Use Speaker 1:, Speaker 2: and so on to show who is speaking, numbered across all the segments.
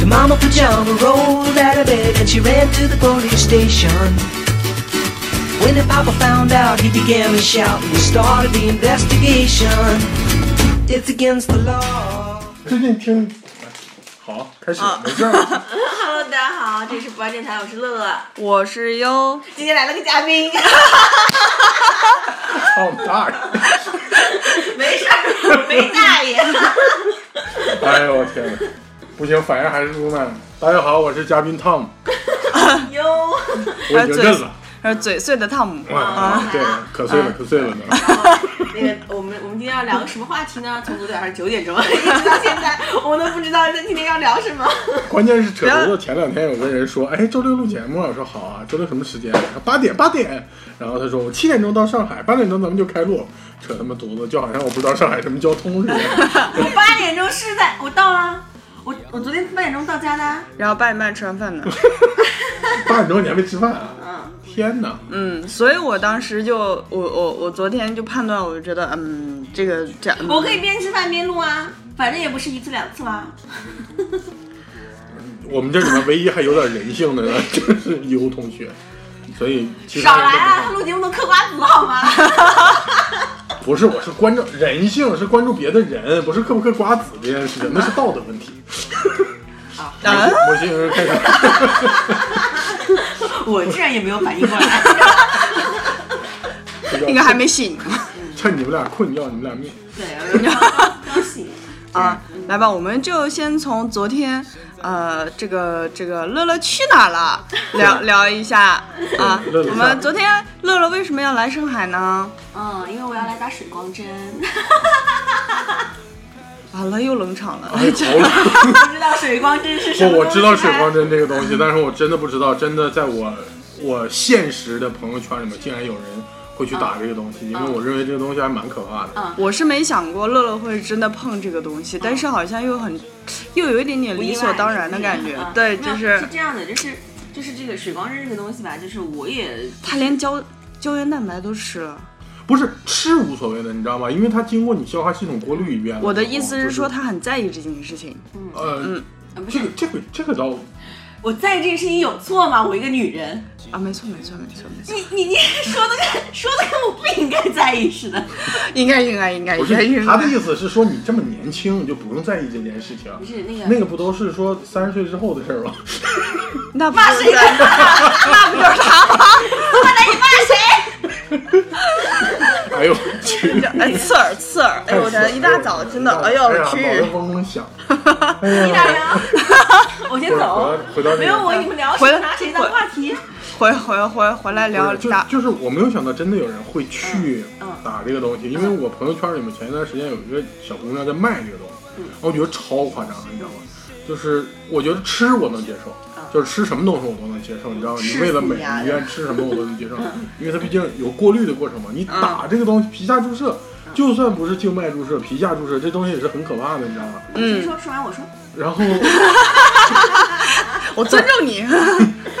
Speaker 1: The mama pajama rolled out of bed and she ran to the police station. When the papa found out, he began to shout and we started the investigation. It's against the law.
Speaker 2: 最近听，好，开始，没事儿了。
Speaker 3: Hello，大家好，这是不二电台，我是乐乐。
Speaker 4: 我是优，
Speaker 3: 今天来了个嘉 宾，
Speaker 2: 操你大爷！
Speaker 3: 没事儿，没大爷。
Speaker 2: 哎呦我天哪，不行，反应还是不慢。大家好，我是嘉宾 Tom，
Speaker 3: 哟，
Speaker 2: 我已经认了。
Speaker 4: 呃，嘴碎的汤姆。
Speaker 2: 哇，对，可碎了，可碎了呢。
Speaker 3: 那个，我们我们今天要聊个什么话题呢？从昨天晚上九点钟 一直到现在，我都不知道今天要聊什么。
Speaker 2: 关键是扯犊子。前两天有个人说，哎，周六录节目啊，我说好啊，周六什么时间？他八点，八点。然后他说我七点钟到上海，八点钟咱们就开录。扯他妈犊子，就好像我不知道上海什么交通似的。
Speaker 3: 我八点钟是在，我到了，我我昨天八点钟到家的啊。
Speaker 4: 然后八点半吃完饭的，
Speaker 2: 八点钟你还没吃饭啊？
Speaker 3: 嗯，
Speaker 2: 天哪！
Speaker 4: 嗯，所以我当时就我我我昨天就判断，我就觉得嗯，这个这样，嗯
Speaker 3: 我可以边吃饭边录啊，反正也不是一次两次啊啦。
Speaker 2: 我们这里面唯一还有点人性的呢，就是优同学，所以其
Speaker 3: 少
Speaker 2: 他人
Speaker 3: 来
Speaker 2: 都
Speaker 3: 啊，
Speaker 2: 不
Speaker 3: 录节目都嗑瓜子好吗？
Speaker 2: 不是，我是关注人性，是关注别的人，不是嗑不嗑瓜子这件事情，那是道德问 题。
Speaker 4: 啊
Speaker 2: 我现在开 始，
Speaker 3: 我居然也没有反应过来。
Speaker 4: 应该还没醒
Speaker 2: 趁你们俩困觉，你们俩灭。
Speaker 3: 对， 刚刚醒。
Speaker 4: 啊。来吧，我们就先从昨天呃这个这个乐乐去哪儿了 聊聊一下啊
Speaker 2: 乐乐去哪儿。
Speaker 4: 我们昨天乐乐为什么要来上海呢？
Speaker 3: 嗯，因为我要来打水光 针，
Speaker 4: 完了又冷场了，
Speaker 2: 哎，好冷！
Speaker 3: 不知道水光针是什么
Speaker 2: 不，
Speaker 3: 东西
Speaker 2: 我知道水光针这个东西，但是我真的不知道，真的在我我现实的朋友圈里面，竟然有人会去
Speaker 3: 啊
Speaker 2: 打这个东西，因为我认为这个东西还蛮可怕的。
Speaker 4: 我是没想过乐乐会真的碰这个东西，但是好像又很，又有一点点
Speaker 3: 不意外
Speaker 4: 理所当然的感觉
Speaker 3: 是不是啊。没
Speaker 4: 对，就
Speaker 3: 有
Speaker 4: 是
Speaker 3: 是这样的，就是就是这个水光针这个东西吧，就是我也
Speaker 4: 他连胶胶原蛋白都吃了。
Speaker 2: 不是吃无所谓的，你知道吗？因为它经过你消化系统过滤一遍了。
Speaker 4: 我的意思
Speaker 2: 就是
Speaker 4: 说，嗯他很在意这件事情。
Speaker 2: 呃，
Speaker 3: 啊不
Speaker 2: 这
Speaker 3: 是
Speaker 2: 个这个这个倒
Speaker 3: 我在意这个事情有错吗？我一个女人，
Speaker 4: 啊，没错，没错，没错，没错，
Speaker 3: 你你你说的跟说的跟我不应该在意似的，
Speaker 4: 应该，应该，应该，
Speaker 2: 不
Speaker 4: 应该，
Speaker 2: 是
Speaker 4: 应
Speaker 2: 他的
Speaker 4: 该。
Speaker 2: 意思是说你这么年轻，你就不用在意这件事情。
Speaker 3: 不是那个
Speaker 2: 那个不都是说三十岁之后的事儿吗？
Speaker 4: 那骂谁？那不就是他吗？
Speaker 2: 哎呦我去！
Speaker 4: 哎，刺耳，刺耳！ 哎呦，我天，一大早真的，哎呦
Speaker 2: 呀，
Speaker 4: 我
Speaker 2: 脑
Speaker 4: 去
Speaker 2: 袋！嗡嗡 响。哎
Speaker 3: 你俩 人，我先
Speaker 2: 不是
Speaker 3: 走。
Speaker 2: 回到回到
Speaker 3: 没有
Speaker 2: 那
Speaker 3: 我，你们聊
Speaker 4: 回
Speaker 3: 谁
Speaker 4: 来
Speaker 3: 拿谁当话题？啊
Speaker 4: 回回回回来聊
Speaker 2: 个，就
Speaker 4: 打
Speaker 2: 就是我没有想到真的有人会去
Speaker 3: 嗯嗯
Speaker 2: 打这个东西，因为我朋友圈里面前一段时间有一个小姑娘在卖这个东西，
Speaker 3: 嗯
Speaker 2: 然后我觉得超夸张，你知道吗？就是我觉得吃我能接受，就是吃什么东西我都能接受，你知道吗？
Speaker 3: 嗯吃
Speaker 2: 你为了美
Speaker 3: 死呀嗯
Speaker 2: 你愿意吃什么我都能接受，因为它毕竟有过滤的过程嘛。你打这个东西皮下注射，
Speaker 3: 嗯
Speaker 2: 就算不是静脉注射，皮下注射这东西也是很可怕的，你知道吗？
Speaker 4: 嗯
Speaker 3: 你先说，说完我说。
Speaker 2: 然 后
Speaker 4: 我尊重你。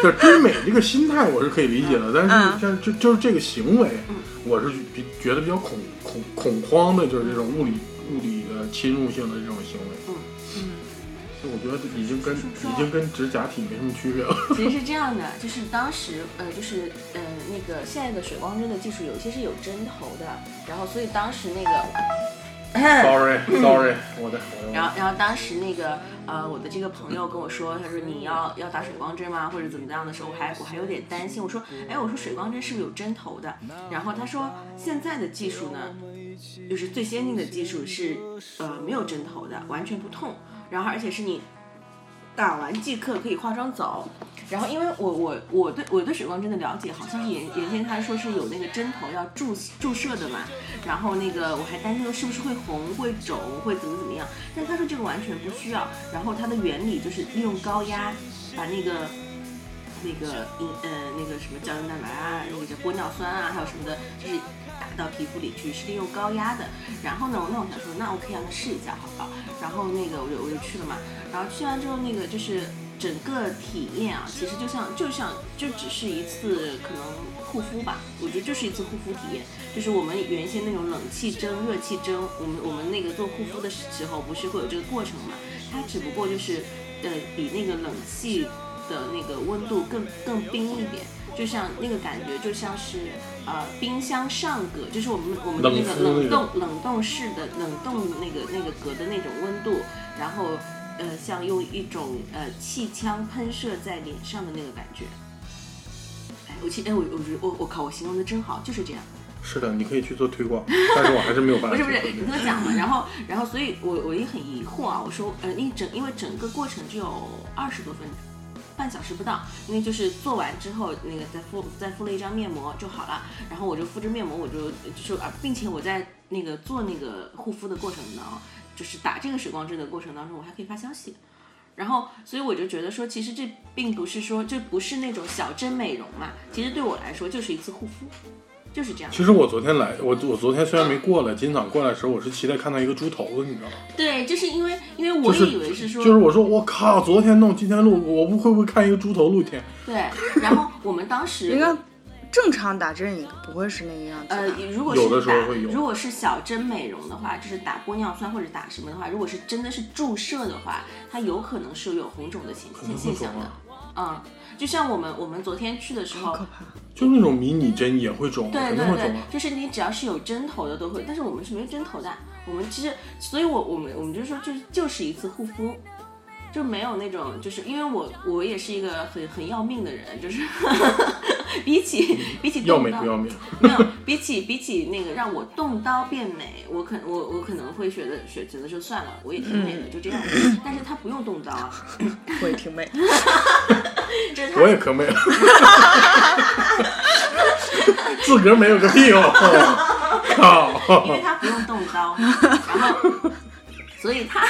Speaker 2: 就是追美这个心态我是可以理解的，但是
Speaker 4: 嗯
Speaker 2: 像就就是这个行为，
Speaker 3: 嗯
Speaker 2: 我是比觉得比较恐恐恐慌的，就是这种物理物理的侵入性的这种行为。
Speaker 3: 嗯
Speaker 2: 就我觉得已经跟已经跟指甲体没什么区 别了。
Speaker 3: 其实是这样的，就是当时呃，就是呃，那个现在的水光针的技术有些是有针头的，然后所以当时那个，
Speaker 2: 哦
Speaker 3: 嗯
Speaker 2: Sorry，Sorry，我的我
Speaker 3: 然
Speaker 2: 的
Speaker 3: 后然后当时那个呃，我的这个朋友跟我说，他说你要要打水光针吗？或者怎么样的时候，我还我还有点担心，我说哎，我说水光针是不是有针头的？然后他说现在的技术呢，就是最先进的技术是呃没有针头的，完全不痛，然后而且是你打完即刻可以化妆走。然后因为我我我对我对水光针的了解好像是原原先他说是有那个针头要注注射的嘛，然后那个我还担心说是不是会红会肿会怎么怎么样，但他说这个完全不需要。然后它的原理就是利用高压把那个那个嗯呃那个什么胶原蛋白啊，那个叫玻尿酸啊，还有什么的，就是打到皮肤里去，是利用高压的。然后呢，我那我想说，那 OK 啊，那试一下好不好？然后那个我就我就去了嘛，然后去完之后那个就是整个体验啊，其实就像就像就只是一次可能护肤吧，我觉得就是一次护肤体验，就是我们原先那种冷气蒸、热气蒸，我们我们那个做护肤的时候不是会有这个过程嘛？它只不过就是呃比那个冷气的那个温度更更冰一点。就像那个感觉，就像是呃冰箱上格，就是我们我们的那个
Speaker 2: 冷敷那
Speaker 3: 冷冻
Speaker 2: 种
Speaker 3: 冷冻室的冷冻那个那个格的那种温度，然后呃像用一种呃气枪喷射在脸上的那个感觉。哎，我其哎我我觉得我我靠，我形容的真好，就是这样。
Speaker 2: 是的，你可以去做推广，但是我还是没有办法
Speaker 3: 不
Speaker 2: 去
Speaker 3: 是
Speaker 2: 做
Speaker 3: 不
Speaker 2: 推
Speaker 3: 是，你
Speaker 2: 广。
Speaker 3: 听我讲嘛。然后然后，所以我我也很疑惑啊。我说，呃，因为整因为整个过程只有二十多分钟，半小时不到。因为就是做完之后，那个再敷再敷了一张面膜就好了。然后我就敷着面膜，我就就是啊，并且我在那个做那个护肤的过程当中，就是打这个水光针的过程当中，我还可以发消息。然后，所以我就觉得说，其实这并不是说，这不是那种小针美容嘛。其实对我来说，就是一次护肤，就是这样。
Speaker 2: 其实我昨天来，我我昨天虽然没过来，今早过来的时候，我是期待看到一个猪头的，你知道吗？
Speaker 3: 对，就是因为因为
Speaker 2: 就
Speaker 3: 我
Speaker 2: 是
Speaker 3: 以为是说，
Speaker 2: 就是我说我靠，昨天弄，今天录，我不会不会看一个猪头露天？
Speaker 3: 对，然后我们当时
Speaker 4: 应该正常打针也不会是那个样子吧。
Speaker 3: 呃，如果
Speaker 2: 有的
Speaker 3: 是
Speaker 2: 时候
Speaker 3: 打
Speaker 2: 会有
Speaker 3: 如果是小针美容的话，就是打玻尿酸或者打什么的话，如果是真的是注射的话，它有可能是有红肿的现
Speaker 2: 能会
Speaker 3: 现现
Speaker 2: 肿
Speaker 3: 象的。嗯，就像我们我们昨天去的时候
Speaker 4: 好，可怕！
Speaker 2: 就那种迷你针也会肿啊，
Speaker 3: 对
Speaker 2: 肯
Speaker 3: 对
Speaker 2: 定会
Speaker 3: 对
Speaker 2: 肿啊，。
Speaker 3: 就是你只要是有针头的都会，但是我们是没有针头的。我们其实，所以我我们我们就说就是就是一次护肤，就没有那种就是因为我我也是一个很很要命的人，就是 比起比起
Speaker 2: 要
Speaker 3: 动
Speaker 2: 美
Speaker 3: 刀
Speaker 2: 不要命？
Speaker 3: 没有比起比起那个让我动刀变美，我可我我可能会觉得觉觉得就算了，我也挺美的，
Speaker 2: 嗯
Speaker 3: 就 这样。但是他不用动刀啊，
Speaker 4: 我也挺 美，
Speaker 3: 这是他
Speaker 2: 我也 可美了，自个儿美有个屁 用！哦靠！
Speaker 3: 因为他不用动 刀，然后，所以他，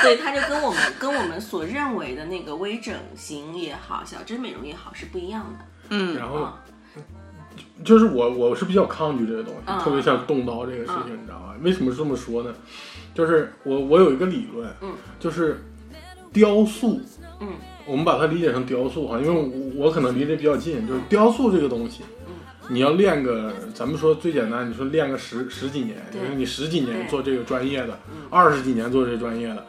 Speaker 3: 所以他就跟我们跟我们所认为的那个微整形也好，小针美容也好是不一样的。
Speaker 4: 嗯
Speaker 2: 然后
Speaker 3: 啊，
Speaker 2: 就是我我是比较抗拒这个东西，
Speaker 3: 嗯
Speaker 2: 特别像动刀这个事情，你知道吗？为什么这么说呢？就是我我有一个理论，
Speaker 3: 嗯
Speaker 2: 就是雕塑，
Speaker 3: 嗯，
Speaker 2: 我们把它理解成雕塑哈，因为我我可能离这比较近，
Speaker 3: 嗯
Speaker 2: 就是雕塑这个东西。你要练个，咱们说最简单，你说练个十十几年，
Speaker 3: 对
Speaker 2: 就是你十几年
Speaker 3: 对
Speaker 2: 做这个专业的
Speaker 3: 嗯，
Speaker 2: 二十几年做这个专业的，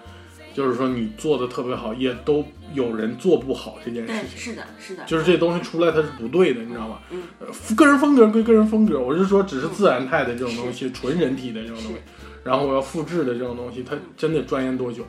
Speaker 2: 就是说你做的特别好，也都有人做不好这件事
Speaker 3: 对，
Speaker 2: 情。
Speaker 3: 是的，是的，
Speaker 2: 就是这东西出来它是不对的，你知道吗？
Speaker 3: 嗯
Speaker 2: 呃，个人风格归个人风格，我是说只是自然态的这种东西，纯人体的这种东西
Speaker 3: 是，
Speaker 2: 然后我要复制的这种东西，它真得钻研多久？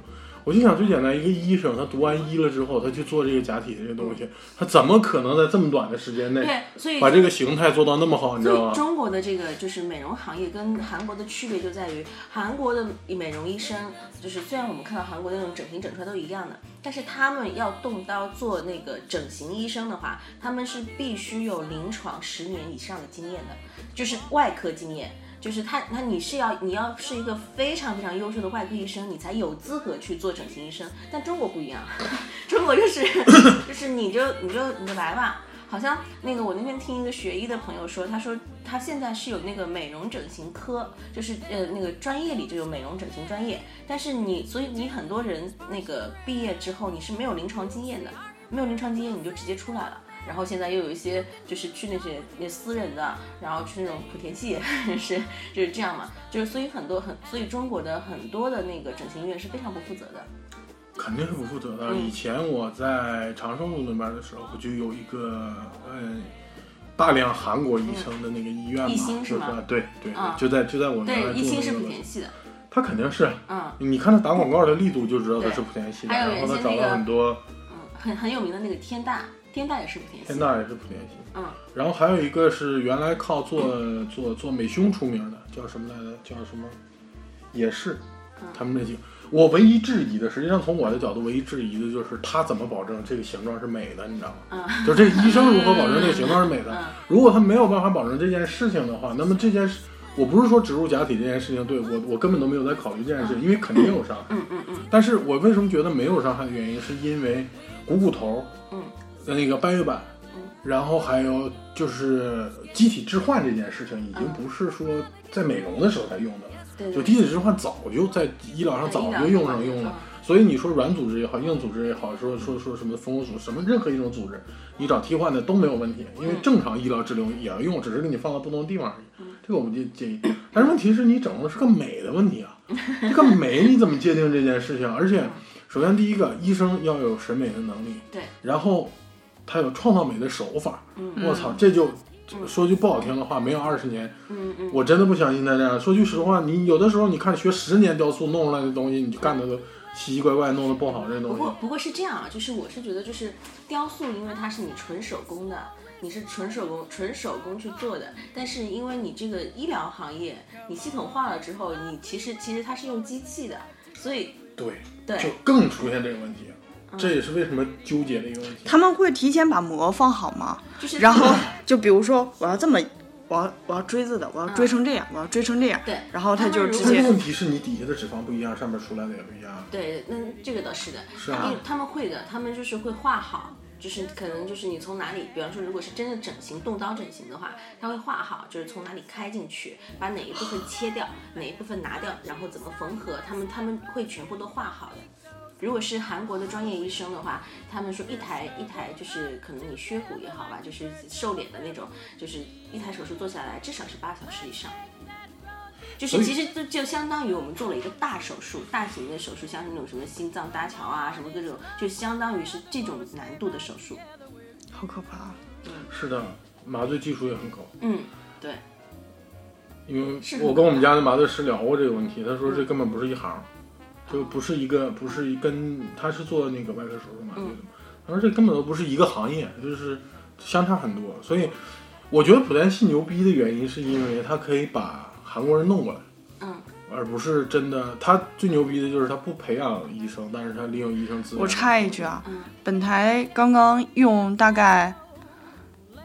Speaker 2: 我就想最简单，一个医生他读完医了之后，他去做这个假体这个东西，他怎么可能在这么短的时间内
Speaker 3: 嗯对，所以
Speaker 2: 把这个形态做到那么好？你知
Speaker 3: 所
Speaker 2: 道
Speaker 3: 以
Speaker 2: 吗？
Speaker 3: 中国的这个就是美容行业跟韩国的区别就在于，韩国的美容医生就是虽然我们看到韩国那种整形整出来都一样的，但是他们要动刀做那个整形医生的话，他们是必须有临床十年以上的经验的，就是外科经验。就是他，那你是要你要是一个非常非常优秀的外科医生，你才有资格去做整形医生。但中国不一样， 中国就是 就是你就你就你就来吧。好像那个我那天听一个学医的朋友说，他说他现在是有那个美容整形科，就是呃那个专业里就有美容整形专业，但是你所以你很多人那个毕业之后你是没有临床经验的，没有临床经验你就直接出来了。然后现在又有一些就是去那些那私人的，然后去那种莆田系，是就是这样嘛，就是所以很多很所以中国的很多的那个整形医院是非常不负责的，
Speaker 2: 肯定是不负责的。
Speaker 3: 嗯
Speaker 2: 以前我在长寿路那边的时候，就有一个嗯。大量韩国医生的那个医院嘛，
Speaker 3: 嗯一心是
Speaker 2: 就是
Speaker 3: 吗
Speaker 2: 对对，对
Speaker 3: 啊
Speaker 2: 就在就在我们原来
Speaker 3: 对，
Speaker 2: 住
Speaker 3: 一
Speaker 2: 的
Speaker 3: 心
Speaker 2: 那
Speaker 3: 是
Speaker 2: 个
Speaker 3: 莆
Speaker 2: 楼
Speaker 3: 田系的，
Speaker 2: 他肯定是，
Speaker 3: 嗯，
Speaker 2: 你看他打广告的力度就知道他是莆田系的，
Speaker 3: 对还有
Speaker 2: 然后他
Speaker 3: 原先那
Speaker 2: 找
Speaker 3: 个
Speaker 2: 了很多
Speaker 3: 嗯，很很有名的那个天大，天大也是莆田系
Speaker 2: 天
Speaker 3: 的，
Speaker 2: 大也是莆田系，
Speaker 3: 嗯，
Speaker 2: 然后还有一个是原来靠做做做美胸出名的，叫什么来着？叫什么？也是，
Speaker 3: 嗯
Speaker 2: 他们这几个。我唯一质疑的，实际上从我的角度，唯一质疑的就是他怎么保证这个形状是美的，你知道
Speaker 3: 嗯
Speaker 2: 吗？就这个医生如何保证这个形状是美的？如果他没有办法保证这件事情的话，那么这件事，我不是说植入假体这件事情对我，我根本都没有在考虑这件事，因为肯定有伤害。嗯嗯嗯。但是我为什么觉得没有伤害的原因，是因为股骨头，
Speaker 3: 嗯，
Speaker 2: 的那个半月板，然后还有就是机体置换这件事情，已经不是说在美容的时候才用的了。
Speaker 3: 对对
Speaker 2: 就机体置换早就在医疗上早就用上用了，所以你说软组织也好，硬组织也好，说说说什么蜂窝组，什么任何一种组织，你找替换的都没有问题，因
Speaker 3: 嗯
Speaker 2: 为正常医疗治疗也要用，只是给你放到不同的地方而已。这个我们就建议，但是问题是你整的是个美的问题啊，这个美你怎么界定这件事情？啊而且，首先第一个，医生要有审美的能力，
Speaker 3: 对，
Speaker 2: 然后他有创造美的手法。
Speaker 3: 嗯
Speaker 2: 我操，这就说句不好听的话，没有二十年，
Speaker 3: 嗯嗯，
Speaker 2: 我真的不相信他这样。说句实话，你有的时候你看学十年雕塑弄出来的东西，你就干的都奇奇怪怪，弄得不好这
Speaker 3: 不
Speaker 2: 东西
Speaker 3: 过。不过是这样啊，就是我是觉得就是雕塑，因为它是你纯手工的，你是纯手工纯手工去做的，但是因为你这个医疗行业，你系统化了之后，你其实其实它是用机器的，所以
Speaker 2: 对，
Speaker 3: 对
Speaker 2: 就更出现这个问题，这也是为什么纠结的一个问题。
Speaker 4: 他们会提前把膜放好吗？
Speaker 3: 就是
Speaker 4: 然 后就比如说我要这么，我要我要锥子的，我要锥成这样，我要锥成这样。
Speaker 3: 对
Speaker 4: 然后他就直
Speaker 2: 但是
Speaker 4: 接
Speaker 2: 问题是你底下的脂肪不一样，上面出来的也不一样。
Speaker 3: 对，那这个倒是的，
Speaker 2: 是啊
Speaker 3: 因为他们会的，他们就是会画好，就是可能就是你从哪里，比方说如果是真的整形动刀整形的话，他会画好，就是从哪里开进去，把哪一部分切掉，哪一部分拿掉，然后怎么缝合，他们他们会全部都画好的。如果是韩国的专业医生的话，他们说一台一台就是可能你削骨也好吧，就是瘦脸的那种，就是一台手术做下来至少是八小时以上。就是
Speaker 2: 所以
Speaker 3: 其实就就相当于我们做了一个大手术，大型的手术，像是那种什么心脏搭桥啊，什么各种，就相当于是这种难度的手术。
Speaker 4: 好可怕啊。
Speaker 2: 是的，麻醉技术也很高。
Speaker 3: 嗯，对，
Speaker 2: 因为
Speaker 3: 是
Speaker 2: 我跟我们家的麻醉师聊过这个问题，他说
Speaker 4: 嗯
Speaker 2: 这根本不是一行，就不是一个不是一跟他是做那个外科手术麻醉的
Speaker 4: 嗯
Speaker 2: 嘛，他说这根本都不是一个行业，就是相差很多。所以我觉得普莱西牛逼的原因是因为他可以把韩国人弄过来，
Speaker 3: 嗯，
Speaker 2: 而不是真的。他最牛逼的就是他不培养医生，但是他利用医生资源。
Speaker 4: 我插一句啊
Speaker 3: 嗯，
Speaker 4: 本台刚刚用大概
Speaker 3: 嗯，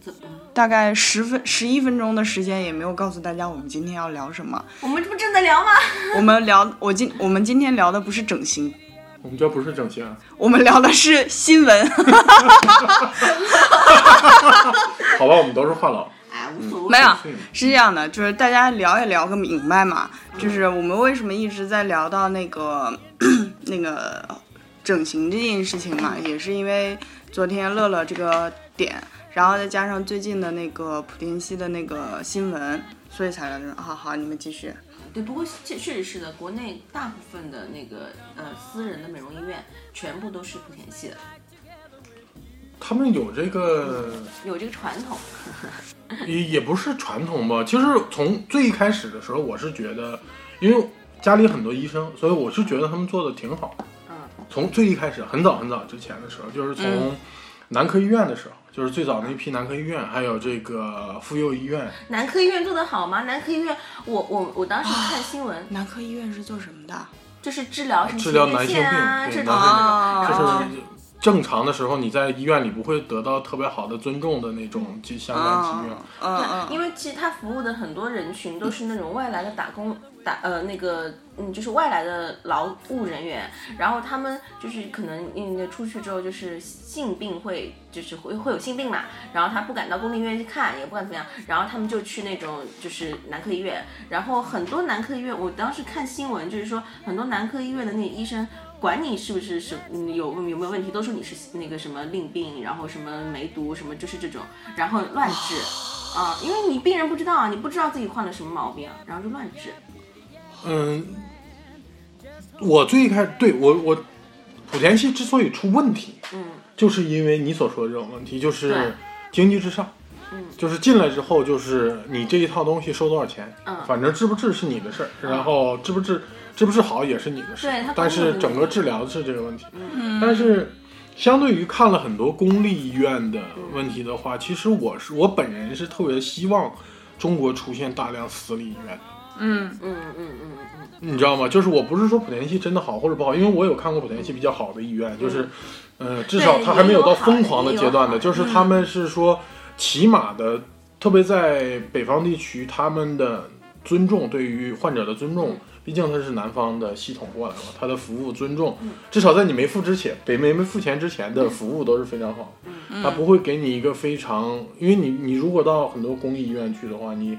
Speaker 3: 怎么？
Speaker 4: 大概十分十一分钟的时间，也没有告诉大家我们今天要聊什么。
Speaker 3: 我们这不正在聊吗？
Speaker 4: 我们聊，我今我们今天聊的不是整形，
Speaker 2: 我们这不是整形，啊
Speaker 4: 我们聊的是新闻。
Speaker 2: 好吧，我们都是话痨。
Speaker 3: 哎，无所谓。
Speaker 4: 嗯没有
Speaker 2: 是，
Speaker 4: 是这样的，就是大家聊也聊个明白嘛。就是我们为什么一直在聊到那个 那个整形这件事情嘛，也是因为昨天乐乐这个点，然后再加上最近的那个普天西的那个新闻，所以才聊这种。好好，你们继续。
Speaker 3: 对，不过确确实是的，国内大部分的那个呃私人的美容医院全部都是莆田系的，
Speaker 2: 他们有这个。
Speaker 3: 有这个传统。
Speaker 2: 也也不是传统吧。其实从最一开始的时候，我是觉得，因为家里很多医生，所以我是觉得他们做的挺好。
Speaker 3: 嗯，
Speaker 2: 从最一开始，很早很早之前的时候，就是从
Speaker 4: 嗯
Speaker 2: 南科医院的时候，就是最早那批南科医院，还有这个妇幼医院，
Speaker 3: 男科医院做得好吗？男科医院，我我我当时看新闻，
Speaker 4: 男科医院是做什么的？
Speaker 3: 就是治疗什么
Speaker 2: 治疗男性
Speaker 3: 腺啊，
Speaker 2: 病
Speaker 3: 治
Speaker 2: 对
Speaker 3: 疗
Speaker 4: 男
Speaker 3: 这
Speaker 4: 性病
Speaker 2: 就
Speaker 3: 种然
Speaker 2: 是
Speaker 3: 后
Speaker 2: 正常的时候你在医院里不会得到特别好的尊重的那种就相关疾病。
Speaker 4: 啊，嗯
Speaker 3: 因
Speaker 4: 嗯，
Speaker 3: 为其实他服务的很多人群都是那种外来的打
Speaker 4: 嗯
Speaker 3: 工打呃那个嗯就是外来的劳务人员，然后他们就是可能嗯出去之后就是性病会就是会会有性病嘛，然后他不敢到公立医院去看，也不敢怎么样，然后他们就去那种就是男科医院，然后很多男科医院，我当时看新闻就是说很多男科医院的那个医生。管你是不是是嗯有有没有问题，都说你是那个什么令病，然后什么梅毒，什么就是这种，然后乱治，
Speaker 4: 哦
Speaker 3: 啊，因为你病人不知道啊，你不知道自己患了什么毛病，啊然后就乱治。
Speaker 2: 嗯，我最一开始对我我莆田系之所以出问题，
Speaker 3: 嗯，
Speaker 2: 就是因为你所说的这种问题，就
Speaker 3: 对
Speaker 2: 是经济至上，
Speaker 3: 嗯，
Speaker 2: 就是进来之后就是你这一套东西收多少钱，
Speaker 3: 嗯
Speaker 2: 反正治不治是你的事儿，然后治不治治不治好也是你的事
Speaker 3: 对它，
Speaker 2: 但
Speaker 3: 管
Speaker 2: 是
Speaker 3: 理
Speaker 2: 整个治疗是这个问题，
Speaker 3: 嗯
Speaker 2: 但是。相对于看了很多公立医院的
Speaker 3: 嗯
Speaker 2: 问题的话，其实我是我本人是特别希望中国出现大量私立医院的，
Speaker 4: 嗯
Speaker 3: 嗯嗯嗯嗯
Speaker 2: 你知道吗？就是我不是说莆田系真的好或者不好，因为我有看过莆田系比较好的医
Speaker 3: 嗯
Speaker 2: 院，就是，呃，至少它还没到疯狂的阶段
Speaker 3: 也有好
Speaker 2: 的，
Speaker 3: 的
Speaker 2: 就是他们是说起码的，特别在北方地区，他们的尊重对于患者的尊重
Speaker 3: 嗯，
Speaker 2: 毕竟它是南方的系统过来嘛，它的服务尊
Speaker 4: 嗯
Speaker 2: 重，至少在你没付之前，北没没付钱之前的服务都是非常好。
Speaker 4: 嗯
Speaker 2: 他不会给你一个非常，因为你你如果到很多公立医院去的话，你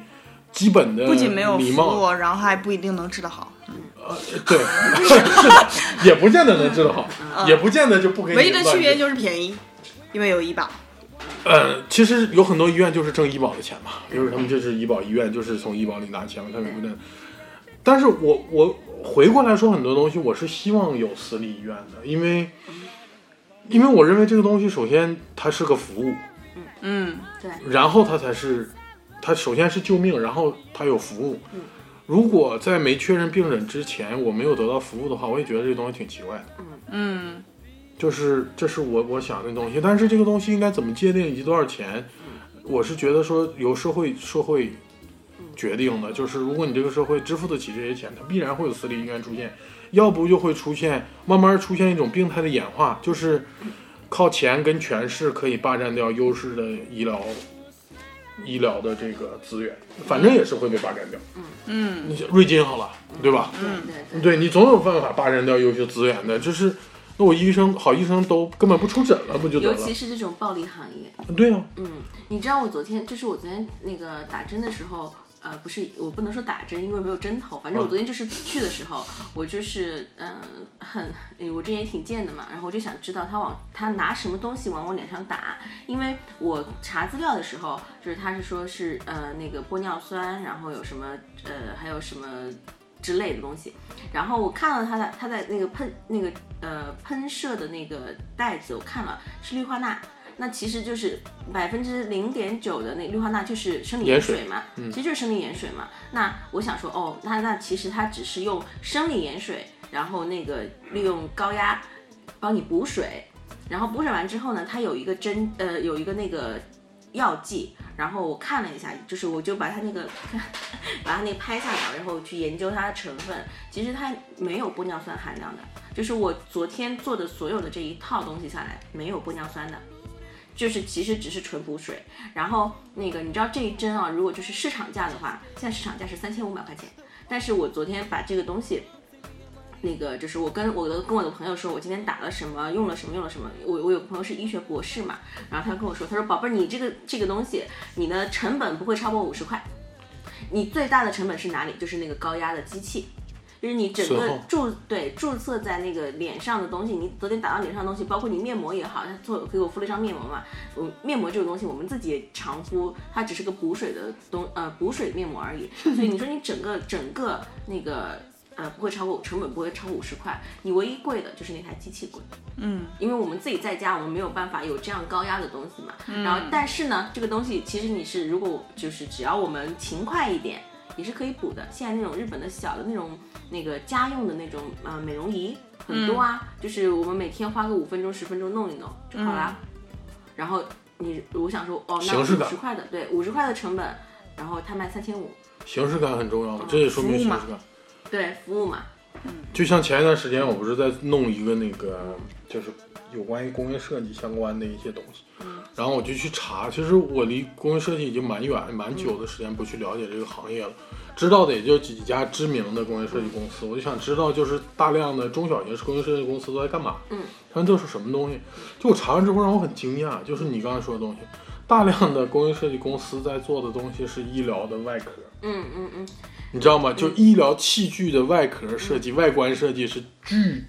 Speaker 2: 基本的
Speaker 4: 不仅没有
Speaker 2: 礼
Speaker 4: 服
Speaker 2: 貌，
Speaker 4: 务，然后还不一定能治得好。
Speaker 2: 呃， 对， 是的，也不见得能治得好，也不见得就不给你
Speaker 4: 嗯唯一的
Speaker 2: 乱
Speaker 4: 区别
Speaker 2: 治
Speaker 4: 就是便宜，因为有医保。
Speaker 2: 呃，其实有很多医院就是挣医保的钱嘛，因为他们就是医保医院，就是从医保里拿钱嘛，他们不能。但是我我回过来说很多东西，我是希望有私立医院的，因为因为我认为这个东西首先它是个服务，
Speaker 4: 嗯，
Speaker 2: 然后它才是它首先是救命，然后它有服务。如果在没确认病人之前我没有得到服务的话，我也觉得这东西挺奇怪的。
Speaker 4: 嗯，
Speaker 2: 就是这是我我想的东西，但是这个东西应该怎么界定以及多少钱，我是觉得说由社会社会决定的，就是如果你这个社会支付得起这些钱，它必然会有私立医院出现，要不就会出现慢慢出现一种病态的演化，就是靠钱跟权势可以霸占掉优势的医疗医疗的这个资源，反正也是会被霸占掉。
Speaker 4: 嗯，
Speaker 2: 你像瑞金好了，对吧？
Speaker 3: 嗯对对对，
Speaker 2: 对你总有办法霸占掉优秀资源的，就是那我医生好医生都根本不出诊了，不就得
Speaker 3: 尤
Speaker 2: 了？
Speaker 3: 其是这种暴力行业，
Speaker 2: 对啊，
Speaker 3: 嗯，你知道我昨天就是我昨天那个打针的时候，呃，不是我不能说打针，因为没有针头，反正我昨天就是去的时候，我就是嗯、呃很，哎我这人也挺贱的嘛，然后我就想知道他往他拿什么东西往我脸上打，因为我查资料的时候，就是他是说是呃那个玻尿酸，然后有什么呃还有什么之类的东西，然后我看到他的他在那个喷那个呃喷射的那个袋子，我看了是氯化钠。那其实就是百分之零点九的那氯化钠就是生理
Speaker 2: 盐
Speaker 3: 盐
Speaker 2: 水
Speaker 3: 水嘛，嗯其实就是生理盐水嘛。那我想说，哦，那那其实它只是用生理盐水，然后那个利用高压帮你补水，然后补水完之后呢，它有一个针呃有一个那个药剂，然后我看了一下，就是我就把它那个把它那个拍下来，然后去研究它的成分，其实它没有玻尿酸含量的，就是我昨天做的所有的这一套东西下来，没有玻尿酸的。就是其实只是纯补水，然后那个你知道这一针啊，如果就是市场价的话，现在市场价是三千五百块钱，但是我昨天把这个东西那个就是我跟我的跟我的朋友说，我今天打了什么，用了什么，用了什么。我我有个朋友是医学博士嘛，然后他跟我说，他说宝贝儿，你这个这个东西，你的成本不会超过五十块，你最大的成本是哪里？就是那个高压的机器。就是你整
Speaker 2: 损
Speaker 3: 个
Speaker 2: 耗
Speaker 3: 注对注射在那个脸上的东西，你昨天打到脸上的东西，包括你面膜也好，他做给我敷了一张面膜嘛，我面膜这种东西我们自己也常敷，它只是个补水的东呃补水面膜而已，所以你说你整个整个那个呃不会超过成本不会超过五十块，你唯一贵的就是那台机器贵。
Speaker 4: 嗯，
Speaker 3: 因为我们自己在家，我们没有办法有这样高压的东西嘛。然后，但是呢，这个东西其实你是如果就是只要我们勤快一点，也是可以补的。现在那种日本的小的那种那个家用的那种呃美容仪很多啊，就是我们每天花个五分钟十分钟弄一弄就好啦。然后你我想说哦，那
Speaker 2: 形
Speaker 3: 五
Speaker 2: 式感
Speaker 3: 十块的对五十块的成本，然后他卖三千五，
Speaker 2: 形式感很重要的，这也说明
Speaker 4: 服务
Speaker 2: 形式
Speaker 4: 嘛
Speaker 2: 感。
Speaker 3: 对服务嘛，
Speaker 2: 就像前一段时间，我不是在弄一个那个，就是有关于工业设计相关的一些东西，然后我就去查。其实我离工业设计已经蛮远、蛮久的时间不去了解这个行业了，知道的也就几家知名的工业设计公司。我就想知道，就是大量的中小型工业设计公司都在干嘛，
Speaker 3: 嗯，
Speaker 2: 他们都是什么东西。就我查完之后，让我很惊讶，就是你刚才说的东西，大量的工业设计公司在做的东西是医疗的外壳，
Speaker 3: 嗯嗯嗯，嗯
Speaker 2: 你知道吗？就医疗器具的外壳设计、外观设计是巨，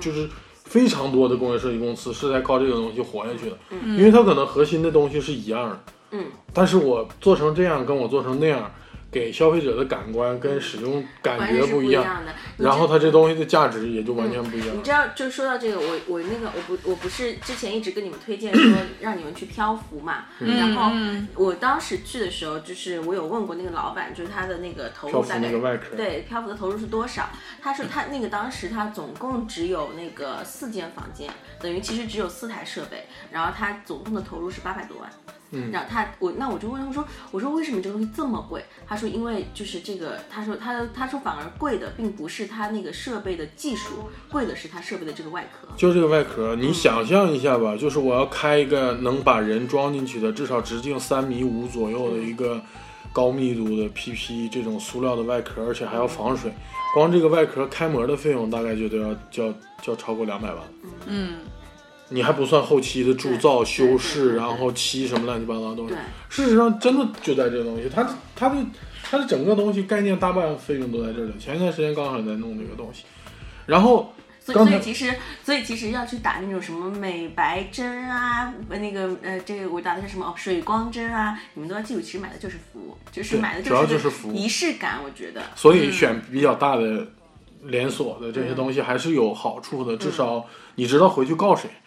Speaker 2: 就是非常多的工业设计公司是在靠这个东西活下去的，因为它可能核心的东西是一样的，
Speaker 3: 嗯，
Speaker 2: 但是我做成这样，跟我做成那样，给消费者的感官跟使用感
Speaker 3: 完全
Speaker 2: 觉
Speaker 3: 是不
Speaker 2: 一
Speaker 3: 一
Speaker 2: 样，
Speaker 3: 样的。嗯你
Speaker 2: 然
Speaker 3: 这
Speaker 2: 后它这东西的价值也就完全不一样
Speaker 3: 你。知道，就说到这个，我我那个我不我不是之前一直跟你们推 荐说让你们去漂浮嘛，
Speaker 2: 嗯
Speaker 3: 然后
Speaker 4: 嗯
Speaker 3: 我当时去的时候，就是我有问过那个老板，就是他的那个投
Speaker 2: 漂
Speaker 3: 入
Speaker 2: 浮
Speaker 3: 大概
Speaker 2: 那个外壳，
Speaker 3: 对漂浮的投入是多少？他说他那个当时他总共只有那个四间房间，等于其实只有四台设备，然后他总共的投入是八百多万。
Speaker 2: 嗯
Speaker 3: 然后他我那我就问他我说我说为什么这个东西这么贵？他说因为就是这个，他说他他说反而贵的并不是他那个设备的技术，贵的是他设备的这个外壳。
Speaker 2: 就这个外壳，
Speaker 3: 嗯
Speaker 2: 你想象一下吧，就是我要开一个能把人装进去的，至少直径三米五左右的一个高密度的 PP 这种塑料的外壳，而且还要防
Speaker 3: 嗯
Speaker 2: 水，光这个外壳开模的费用大概就都要就要就要超过两百万。
Speaker 4: 嗯，
Speaker 2: 你还不算后期的铸造、
Speaker 3: 对
Speaker 2: 修饰，
Speaker 3: 对
Speaker 2: 然后漆什么乱七八糟的东西
Speaker 3: 对。
Speaker 2: 事实上，真的就在这个东西，它它的它的整个东西概念大半费用都在这里。前一段时间刚好也在弄这个东西，然后
Speaker 3: 所以，
Speaker 2: 刚
Speaker 3: 所
Speaker 2: 才
Speaker 3: 以其实，所以其实要去打那种什么美白针啊，呃那个呃，这个我打的是什么哦，水光针啊，你们都要记住，其实买的就是服务，就是
Speaker 2: 对
Speaker 3: 买的
Speaker 2: 主要
Speaker 3: 就
Speaker 2: 就是服务
Speaker 3: 仪式感，我觉得。
Speaker 2: 所以
Speaker 3: 嗯
Speaker 2: 选比较大的连锁的这些东西还是有好处的，至
Speaker 3: 嗯
Speaker 2: 少你知道回去告谁。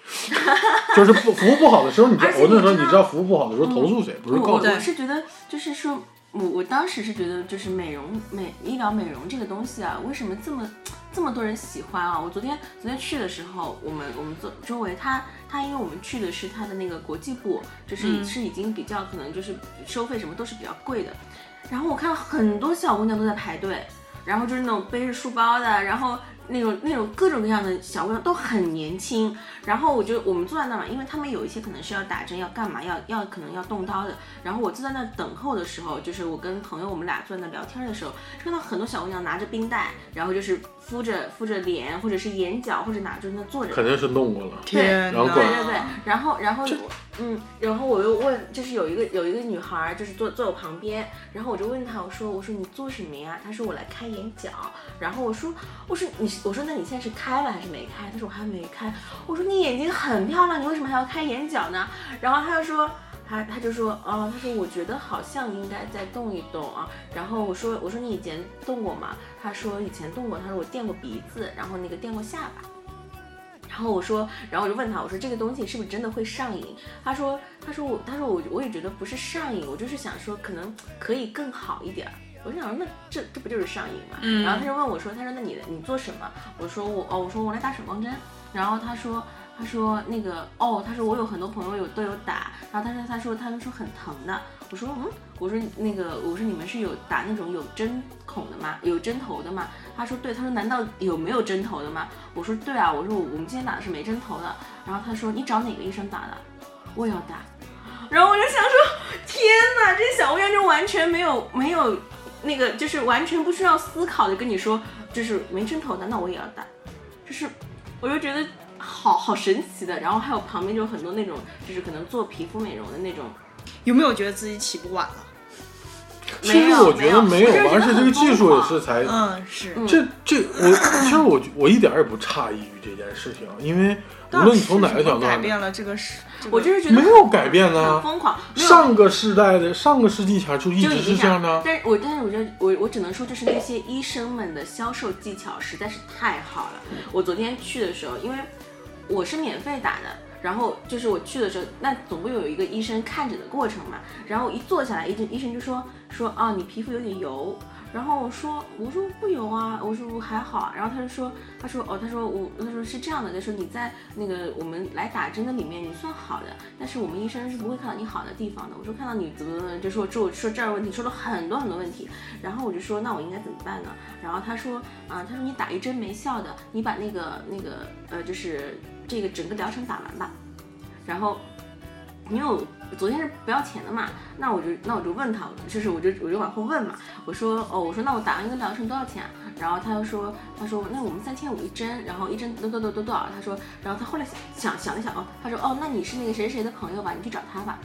Speaker 2: 就是不服务不好的时候，你知道
Speaker 3: 而且
Speaker 2: 我那时候
Speaker 3: 你知道
Speaker 2: 你知道服务不好的时候投诉谁，不是
Speaker 3: 嗯我
Speaker 2: 告
Speaker 3: 我
Speaker 2: 谁。
Speaker 3: 我是觉得，就是说，我我当时是觉得，就是美容美医疗美容这个东西啊，为什么这么这么多人喜欢啊？我昨天昨天去的时候，我们我们周周围他他，因为我们去的是他的那个国际部，就是、
Speaker 4: 嗯
Speaker 3: 是已经比较可能就是收费什么都是比较贵的，然后我看很多小姑娘都在排队，然后就是那种背着书包的，然后那种那种各种各样的小姑娘都很年轻。然后我就我们坐在那嘛，因为他们有一些可能是要打针要干嘛要要可能要动刀的。然后我坐在那等候的时候，就是我跟朋友我们俩坐在那聊天的时候，看到很多小姑娘拿着冰袋，然后就是敷着敷着脸或者是眼角或者哪就是那坐着。
Speaker 2: 肯定是弄过了，
Speaker 4: 天
Speaker 2: 然后
Speaker 4: 呐
Speaker 2: 管
Speaker 3: 对对对，然后然后我嗯，然后我又问，就是有一个有一个女孩儿，就是坐坐我旁边，然后我就问她，我说我说你做什么呀？她说我来开眼角，然后我说我说你我说那你现在是开了还是没开？她说我还没开，我说你眼睛很漂亮，你为什么还要开眼角呢？然后她就说。她她就说，哦，她说我觉得好像应该再动一动啊。然后我说我说你以前动过吗？她说以前动过，她说我垫过鼻子，然后那个垫过下巴。然后我说，然后我就问他，我说这个东西是不是真的会上瘾？他说，他说我，他说我，我也觉得不是上瘾，我就是想说可能可以更好一点儿。我就想说，那这这不就是上瘾嘛？
Speaker 4: 嗯
Speaker 3: 然后他就问我说，他说那你你做什么？我说我哦，我说我来打闪光针。然后他说他说那个哦，他说我有很多朋友有都有打，然后他说他说他们说很疼的。我说嗯，我说那个我说你们是有打那种有针孔的吗？有针头的吗？他说对，他说难道有没有针头的吗？我说对啊，我说我我们今天打的是没针头的。然后他说你找哪个医生打的？我也要打。然后我就想说，天哪，这小姑娘就完全没有没有那个，就是完全不需要思考的跟你说，就是没针头的，那我也要打。就是我就觉得好好神奇的。然后还有旁边就有很多那种，就是可能做皮肤美容的那种。
Speaker 4: 有没有觉得自己起步晚了？
Speaker 2: 嗯其实我觉得没有吧，而且这个技术也是才
Speaker 4: 嗯，是
Speaker 3: 嗯
Speaker 2: 这这我其实我我一点儿也不诧异于这件事情，因为无论从哪个角度
Speaker 4: 改
Speaker 2: 来
Speaker 4: 变
Speaker 2: 看，
Speaker 4: 了这个是，这个
Speaker 3: 我就是觉得
Speaker 2: 没有改变呢、
Speaker 3: 很疯狂，没有
Speaker 2: 上个世代的上个世纪前就一
Speaker 3: 就
Speaker 2: 直
Speaker 3: 已
Speaker 2: 是
Speaker 3: 经
Speaker 2: 这样的啊。
Speaker 3: 但是我但是我觉得我我只能说，就是那些医生们的销售技巧实在是太好了。我昨天去的时候，因为我是免费打的。然后就是我去的时候，那总会有一个医生看诊的过程嘛。然后一坐下来，医生医生就说说啊，你皮肤有点油。然后我说我说不油啊，我说我还好啊。然后他就说他说哦，他说我他说是这样的，他说你在那个我们来打针的里面你算好的，但是我们医生是不会看到你好的地方的。我说看到你怎么怎么，就说说说这儿问题，说了很多很多问题。然后我就说那我应该怎么办呢？然后他说啊、他说你打一针没效的，你把那个那个呃就是这个整个疗程打完吧。然后因为我昨天是不要钱的嘛，那我就那我就问他，就是我就我就往后问嘛，我说哦，我说那我打完一个疗程多少钱、啊？然后他就说，他说那我们三千五一针，然后一针多多多多多少？他说，然后他后来想想了想，哦，他说哦，那你是那个谁谁谁的朋友吧，你去找他吧。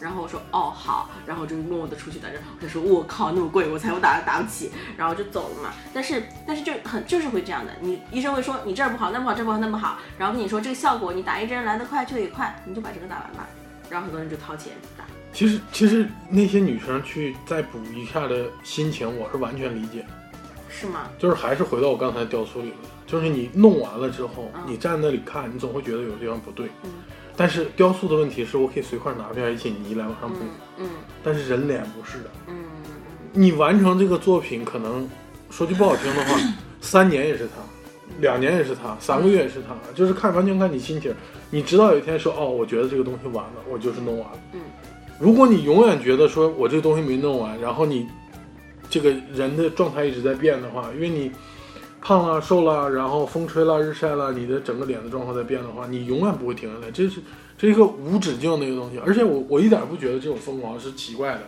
Speaker 3: 然后我说哦好，然后我就默默的出去打针。他说我靠那么贵，我才我打打不起，然后就走了嘛。但是但是就很就是会这样的，你医生会说你这儿不好那不好这儿不好那不好，然后跟你说这个效果你打一针来得快去得也快，你就把这个打完吧。然后很多人就掏钱打，
Speaker 2: 其实其实那些女生去再补一下的心情，我是完全理解。
Speaker 3: 是吗？
Speaker 2: 就是还是回到我刚才的雕塑理论，就是你弄完了之后
Speaker 3: 嗯，
Speaker 2: 你站那里看，你总会觉得有地方不对
Speaker 3: 嗯。
Speaker 2: 但是雕塑的问题是我可以随块拿片一起泥来往上补，
Speaker 3: 嗯
Speaker 2: 但是人脸不是的。
Speaker 3: 嗯嗯
Speaker 2: 你完成这个作品，可能说句不好听的话，三年也是他，两年也是他，三个月也是他，就是看完全看你心情。你知道有一天说哦，我觉得这个东西完了，我就是弄完了。
Speaker 3: 嗯
Speaker 2: 如果你永远觉得说我这东西没弄完，然后你这个人的状态一直在变的话，因为你胖了、瘦了，然后风吹了、日晒了，你的整个脸的状况在变的话，你永远不会停下来。这是这是一个无止境的一个东西，而且我我一点不觉得这种疯狂是奇怪的。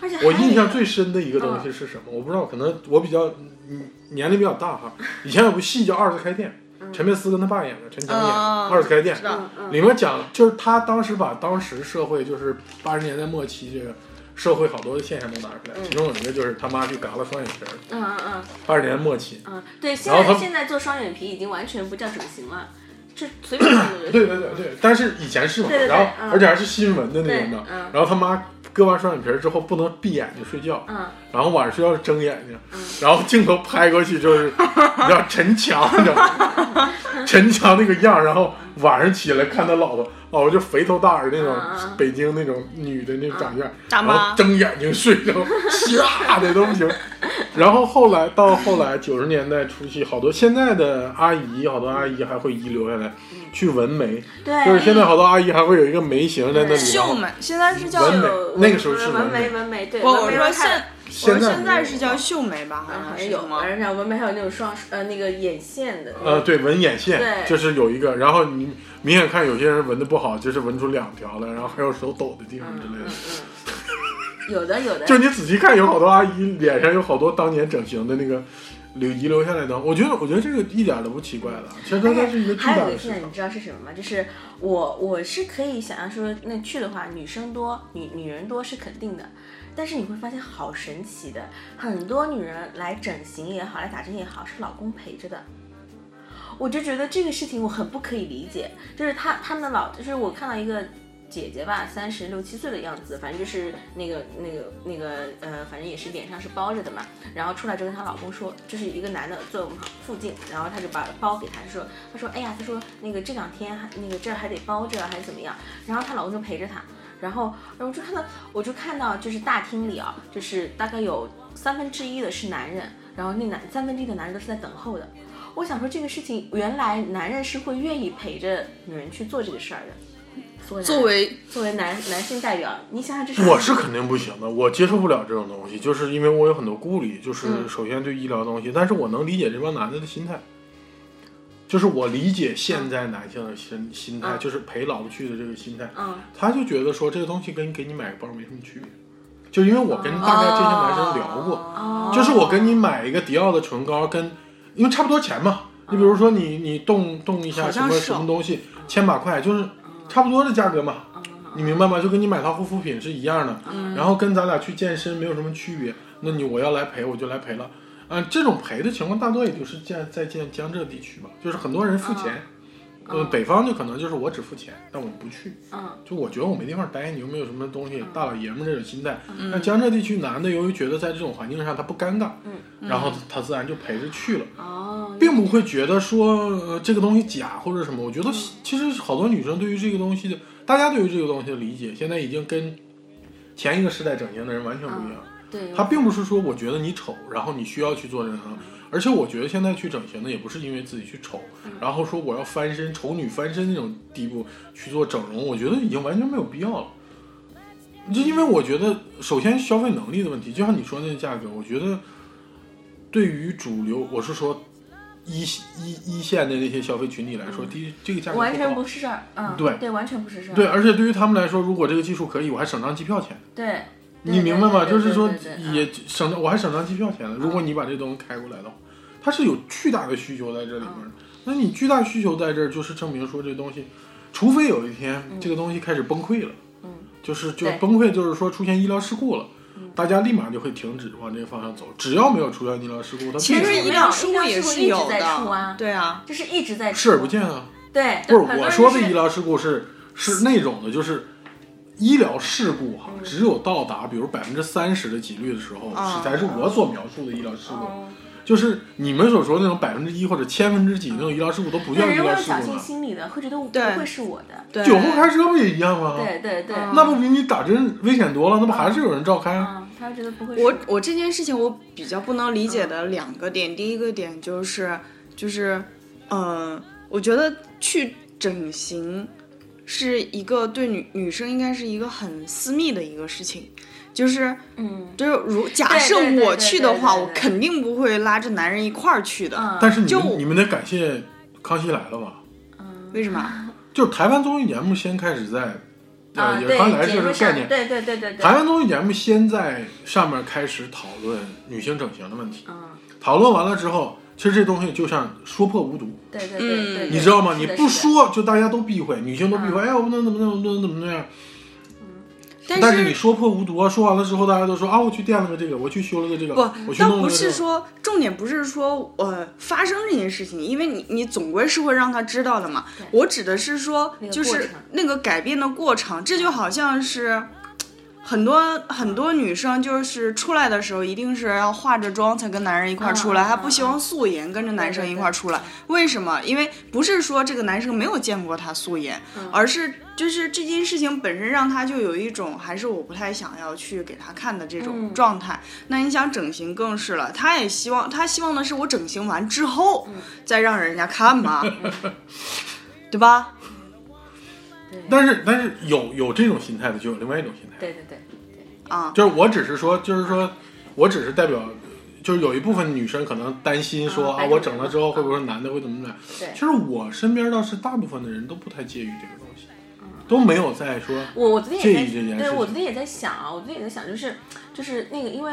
Speaker 3: 而 且还有
Speaker 2: 我
Speaker 3: 一个
Speaker 2: 印象最深的一个东嗯西是什么？我不知道，可能我比较嗯年龄比较大哈。以前有部戏叫《二次开店》，陈佩斯跟他爸演的，陈强演的
Speaker 4: 嗯嗯嗯
Speaker 2: 《二次开店
Speaker 4: 知》，道，
Speaker 3: 嗯
Speaker 2: 里面讲就是他当时把当时社会就是八十年代末期这个社会好多的现象都拿出来，
Speaker 3: 嗯
Speaker 2: 其中有一个就是他妈去嘎了双眼皮儿，
Speaker 3: 嗯嗯嗯
Speaker 2: 八十年代末期。
Speaker 3: 嗯，对，现
Speaker 2: 然后
Speaker 3: 在
Speaker 2: 他
Speaker 3: 现在做双眼皮已经完全不叫整形了，这随便看都觉得。
Speaker 2: 对对对对，但是以前是嘛，
Speaker 3: 对对
Speaker 2: 然
Speaker 3: 对
Speaker 2: 后、
Speaker 3: 嗯
Speaker 2: 而且还是新闻的那种的
Speaker 3: 对，嗯
Speaker 2: 然后他妈割完双眼皮儿之后不能闭眼睛睡觉，
Speaker 3: 嗯，
Speaker 2: 然后晚上睡觉是睁眼睛，
Speaker 3: 嗯
Speaker 2: 然后镜头拍过去 就是，你知道陈强，你知道吗陈强那个样儿，然后晚上起来看他老婆，老婆就肥头大耳那种，
Speaker 3: 嗯嗯
Speaker 2: 北京那种女的那种长相，
Speaker 4: 嗯大
Speaker 2: 然后
Speaker 4: 妈，
Speaker 2: 睁眼睛睡着，吓的都不行。然后后来到后来九十年代初期，好多现在的阿姨，好多阿姨还会遗留下来
Speaker 4: 嗯
Speaker 2: 去纹眉，
Speaker 3: 对，
Speaker 2: 就是现在好多阿姨还会有一个眉形在那里，然
Speaker 4: 秀
Speaker 2: 后
Speaker 4: 们，现在是叫
Speaker 2: 纹眉
Speaker 3: 有
Speaker 2: 那个时候是
Speaker 3: 纹
Speaker 2: 纹眉
Speaker 3: 纹眉，对，
Speaker 4: 我
Speaker 3: 纹
Speaker 4: 我
Speaker 3: 眉
Speaker 4: 说
Speaker 3: 纹开
Speaker 4: 现
Speaker 3: 了
Speaker 4: 我说
Speaker 2: 在
Speaker 4: 现在
Speaker 2: 没哎
Speaker 4: 是叫秀眉吧，好
Speaker 3: 嗯好
Speaker 4: 像
Speaker 3: 像
Speaker 4: 是
Speaker 3: 有，
Speaker 4: 吗
Speaker 3: 反？正像纹眉还有那种双呃那个眼线的，
Speaker 2: 呃，对，纹眼线
Speaker 3: 嗯对
Speaker 2: 就是有一个，然后你明显看有些人纹的不好，就是纹出两条来，然后还有手抖的地方
Speaker 3: 嗯
Speaker 2: 之类
Speaker 3: 嗯
Speaker 2: 的。
Speaker 3: 嗯，有的有 的，
Speaker 2: 就你仔细看，有好多阿姨脸上有好多当年整形的那个留遗留下来的，我觉得我觉得这个一点都不奇怪的，其实它它是一个巨
Speaker 3: 哎还
Speaker 2: 大
Speaker 3: 有一
Speaker 2: 的
Speaker 3: 个
Speaker 2: 市
Speaker 3: 现在你
Speaker 2: 场。
Speaker 3: 知道是什么吗？就是我我是可以想象说，那去的话，女生多，女女人多是肯定的。但是你会发现好神奇的，很多女人来整形也好，来打针也好，是老公陪着的。我就觉得这个事情我很不可以理解，就是她她们的老，就是我看到一个姐姐吧，三十六七岁的样子，反正就是那个那个那个呃，反正也是脸上是包着的嘛。然后出来就跟她老公说，就是一个男的坐我们附近，然后他就把包给她说，她说哎呀，她说那个这两天还那个这儿还得包着还是怎么样，然后她老公就陪着她，然后然后我就看到哎我就看到就是大厅里啊，就是大概有三分之一的是男人，然后那男三分之一的男人都是在等候的。我想说这个事情，原来男人是会愿意陪着女人去做这个事儿的。所以男
Speaker 4: 作为
Speaker 3: 作为男男性代表，你想想这是
Speaker 2: 我是肯定不行的，我接受不了这种东西，就是因为我有很多顾虑，就是
Speaker 3: 嗯
Speaker 2: 首先对医疗的东西，但是我能理解这帮男的的心态，就是我理解现在男性的心心态，
Speaker 3: 嗯
Speaker 2: 就是陪老婆去的这个心态，
Speaker 3: 嗯
Speaker 2: 他就觉得说这个东西跟给你买个包没什么区别，就因为我跟大概这些男生聊过，
Speaker 3: 哦
Speaker 2: 就是我跟你买一个迪奥的唇膏跟，因为差不多钱嘛，你比如
Speaker 3: 嗯
Speaker 2: 说你你动动一下
Speaker 4: 好
Speaker 2: 什
Speaker 4: 像
Speaker 2: 么
Speaker 4: 是
Speaker 3: 哦
Speaker 2: 什么东西，千把块就是差不多的价格
Speaker 3: 嗯
Speaker 2: 嘛，你明白吗？就跟你买套护肤品是一样的，然后跟咱俩去健身没有什么区别。那你我要来陪我就来陪了，啊、这种陪的情况大多也就是在在江江浙地区吧，就是很多人付钱，
Speaker 3: 嗯
Speaker 2: 呃，北方就可能就是我只付钱，但我不去。
Speaker 3: 嗯
Speaker 2: 就我觉得我没地方待，你又没有什么东西，大老爷们儿这种心态。
Speaker 3: 嗯
Speaker 2: 那江浙地区男的由于觉得在这种环境上他不尴尬，
Speaker 3: 嗯
Speaker 2: 然后他他自然就陪着去了，
Speaker 3: 哦，
Speaker 2: 并不会觉得说呃这个东西假或者什么。我觉得其实好多女生对于这个东西的，大家对于这个东西的理解，现在已经跟前一个时代整形的人完全不一样。
Speaker 3: 对，
Speaker 2: 他并不是说我觉得你丑，然后你需要去做整形，而且我觉得现在去整形的也不是因为自己去丑，
Speaker 3: 嗯
Speaker 2: 然后说我要翻身丑女翻身那种地步去做整容，我觉得已经完全没有必要了。就因为我觉得，首先消费能力的问题，就像你说那个价格，我觉得对于主流，我是说一一一线的那些消费群体来说，第一这个价格
Speaker 3: 嗯完全
Speaker 2: 高
Speaker 3: 不是事儿，嗯，
Speaker 2: 对
Speaker 3: 对，完全不是事儿，
Speaker 2: 对，而且对于他们来说，如果这个技术可以，我还省张机票钱。
Speaker 3: 对，
Speaker 2: 你明白吗？
Speaker 3: 对对
Speaker 2: 就是说
Speaker 3: 对对嗯对
Speaker 2: 也省着，我还省张机票钱了。如果你把这东西开过来的话，它是有巨大的需求在这里面的。
Speaker 3: 嗯
Speaker 2: 那你巨大需求在这儿，就是证明说这东西，除非有一天这个东西开始崩溃了，
Speaker 3: 嗯，
Speaker 2: 就是就
Speaker 3: 对嗯
Speaker 2: 崩溃，就是说出现医疗事故了。大家立马就会停止往这个方向走，只要没有出现医疗事故，它
Speaker 4: 其
Speaker 2: 必
Speaker 4: 实
Speaker 2: 然
Speaker 4: 医
Speaker 2: 会
Speaker 4: 疗事
Speaker 3: 医疗
Speaker 4: 故也
Speaker 3: 事故
Speaker 4: 是
Speaker 3: 一直
Speaker 4: 有
Speaker 3: 在出啊
Speaker 4: 的，对啊，
Speaker 3: 就是一直在
Speaker 2: 视而
Speaker 3: 出
Speaker 2: 不见啊。
Speaker 3: 对，
Speaker 2: 不是
Speaker 3: 很多
Speaker 2: 我
Speaker 3: 人
Speaker 2: 说
Speaker 3: 就
Speaker 2: 的
Speaker 3: 是
Speaker 2: 医疗事故是是那种的，就是医疗事故哈、
Speaker 3: 嗯
Speaker 2: 只有到达比如百分之三十的几率的时候，
Speaker 4: 啊
Speaker 2: 是才是我所描述的医疗事故。
Speaker 3: 哦
Speaker 2: 就是你们所说的那种百分之一或者千分之几那种医疗事故都不叫
Speaker 3: 对，
Speaker 2: 医
Speaker 3: 如果
Speaker 2: 疗
Speaker 3: 有
Speaker 2: 事
Speaker 3: 侥
Speaker 2: 故
Speaker 3: 幸
Speaker 2: 呢。
Speaker 3: 心理的，会觉得我不
Speaker 4: 对
Speaker 3: 会是我的，
Speaker 4: 对，
Speaker 2: 酒后开车不也一样吗？
Speaker 3: 对对对，
Speaker 4: 嗯
Speaker 2: 那不比你打针危险多了？那不还是有人照开？啊
Speaker 3: 嗯，他会觉得不会是
Speaker 4: 我我这件事情我比较不能理解的
Speaker 3: 嗯
Speaker 4: 两个点，第一个点就是就是，呃，我觉得去整形是一个对女女生应该是一个很私密的一个事情，就是
Speaker 3: 嗯
Speaker 4: 就是如假设
Speaker 3: 对对对
Speaker 4: 我
Speaker 3: 对
Speaker 4: 去
Speaker 3: 对
Speaker 4: 的
Speaker 3: 对
Speaker 4: 话，
Speaker 3: 对
Speaker 4: 我肯定不会拉着男人一块儿去的，
Speaker 3: 嗯，
Speaker 2: 但是你
Speaker 4: 就
Speaker 2: 们你们得感谢《康熙来了》吧？
Speaker 3: 嗯
Speaker 4: 为什么？
Speaker 2: 就是台湾综艺节目先开始在，
Speaker 3: 啊
Speaker 2: 呃，也
Speaker 3: 对
Speaker 2: 刚来
Speaker 3: 节
Speaker 2: 这
Speaker 3: 目
Speaker 2: 个
Speaker 3: 上
Speaker 2: 概念，
Speaker 3: 对对对对对，
Speaker 2: 台湾综艺节目先在上面开始讨论女性整形的问题，
Speaker 3: 嗯
Speaker 2: 讨论完了之后，其实这东西就像说破无毒，
Speaker 3: 对对对对对，
Speaker 2: 嗯你知道吗？
Speaker 3: 嗯是
Speaker 2: 你
Speaker 3: 的
Speaker 2: 不，
Speaker 3: 是的
Speaker 2: 说，就大家都避讳，女性都避讳，
Speaker 3: 嗯
Speaker 2: 哎，我不能怎么怎么怎么怎么怎么样。
Speaker 5: 但
Speaker 2: 但是你说破无毒啊，说完了之后，大家都说啊，我去垫了个这个，我去修了个这个，我
Speaker 4: 不，
Speaker 2: 去
Speaker 4: 倒
Speaker 2: 弄了
Speaker 4: 不
Speaker 2: 个这
Speaker 4: 是
Speaker 2: 个。
Speaker 4: 说重点不是说呃发生这件事情，因为你你总归是会让他知道的嘛
Speaker 3: 对。
Speaker 4: 我指的是说
Speaker 3: 那，个
Speaker 4: 就
Speaker 3: 过
Speaker 4: 是
Speaker 3: 程
Speaker 4: 那个改变的过程，这就好像是。很多很多女生就是出来的时候，一定是要化着妆才跟男人一块儿出来，
Speaker 3: 嗯嗯
Speaker 4: 她不希望素颜跟着男生一块儿出来。为什么？因为不是说这个男生没有见过她素颜，
Speaker 3: 嗯
Speaker 4: 而是就是这件事情本身让她就有一种还是我不太想要去给她看的这种
Speaker 3: 嗯
Speaker 4: 状态。那你想整形更是了，她也希望她希望的是我整形完之后
Speaker 3: 嗯
Speaker 4: 再让人家 看嘛，对吧？
Speaker 2: 但是但是有有这种心态的，就有另外一种心态。
Speaker 3: 对对对，
Speaker 4: 啊，
Speaker 2: 就是我只是说，就是说我只是代表，就是有一部分女生可能担心说啊，
Speaker 3: 啊白种
Speaker 2: 我
Speaker 3: 人
Speaker 2: 整了
Speaker 3: 嘛
Speaker 2: 之后会不会男的会怎么怎么样？
Speaker 3: 对
Speaker 2: 其实我身边倒是大部分的人都不太介意这个东西，
Speaker 3: 嗯
Speaker 2: 都没有在说
Speaker 3: 我我昨天
Speaker 2: 介意这
Speaker 3: 也
Speaker 2: 件
Speaker 3: 在，对
Speaker 2: 事
Speaker 3: 我
Speaker 2: 情
Speaker 3: 昨天也在想啊，我昨天也在想，就是就是那个，因为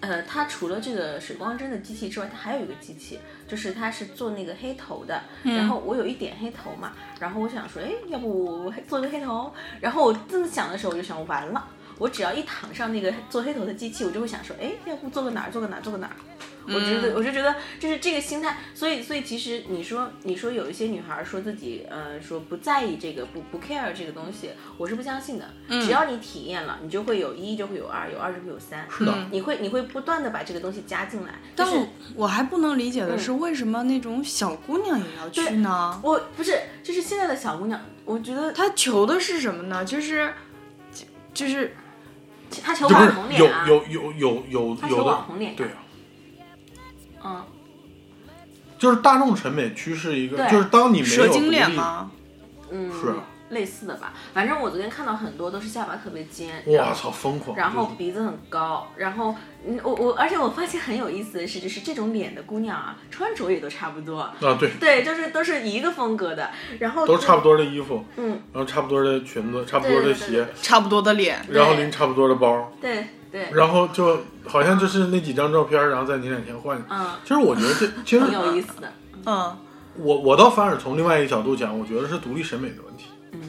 Speaker 3: 呃，它除了这个水光针的机器之外，它还有一个机器，就是它是做那个黑头的。
Speaker 2: 嗯
Speaker 3: 然后我有一点黑头嘛，然后我想说，哎，要不我黑做个黑头？然后我这么想的时候，我就想完了。我只要一躺上那个做黑头的机器，我就会想说，哎，要不做个哪儿，做个哪儿，做个哪儿。我觉
Speaker 2: 嗯
Speaker 3: 得，我就觉得就是这个心态，所以，所以其实你说，你说有一些女孩儿说自己，呃，说不在意这个，不不 care 这个东西，我是不相信的。
Speaker 2: 嗯
Speaker 3: 只要你体验了，你就会有一，就会有二，有二就会有三，
Speaker 2: 是的，
Speaker 3: 你会你会不断的把这个东西加进来。
Speaker 4: 但
Speaker 3: 就是嗯
Speaker 4: 我我还不能理解的是，为什么那种小姑娘也要去呢？
Speaker 3: 我不是，就是现在的小姑娘，我觉得她
Speaker 4: 她求的是什么呢？就是就是
Speaker 3: 她求
Speaker 2: 就不
Speaker 3: 网
Speaker 2: 是
Speaker 3: 红
Speaker 2: 有
Speaker 3: 脸啊，
Speaker 2: 有有有有
Speaker 3: 他求
Speaker 2: 有的
Speaker 3: 网红脸
Speaker 2: 对啊，
Speaker 3: 嗯，
Speaker 2: 就是大众审美趋势一个，
Speaker 3: 对
Speaker 2: 就是当你没有
Speaker 4: 蛇
Speaker 2: 独
Speaker 4: 精
Speaker 2: 立，
Speaker 4: 脸吗？
Speaker 3: 嗯，
Speaker 2: 是啊
Speaker 3: 类似的吧。反正我昨天看到很多都是下巴特别尖，然
Speaker 2: 我
Speaker 3: 后
Speaker 2: 操，疯狂！
Speaker 3: 然后
Speaker 2: 就是
Speaker 3: 鼻子很高，然后嗯，我我而且我发现很有意思的是，就是这种脸的姑娘啊，穿着也都差不多，
Speaker 2: 啊，对，
Speaker 3: 对，就是都是一个风格的，然后
Speaker 2: 都差不
Speaker 3: 多，
Speaker 2: 多的衣服，
Speaker 3: 嗯，
Speaker 2: 然后差不多的裙子，差不多的
Speaker 3: 对对
Speaker 2: 鞋，
Speaker 4: 差不多的脸，
Speaker 2: 然后拎差不多的包，
Speaker 3: 对对，
Speaker 2: 然后就好像就是那几张照片，然后在你脸前换。
Speaker 3: 嗯，
Speaker 2: 其实我觉得 这，其实
Speaker 3: 挺有意思的，
Speaker 4: 嗯，
Speaker 2: 我我倒反而从另外一个角度讲，我觉得是独立审美的问题。
Speaker 3: 嗯，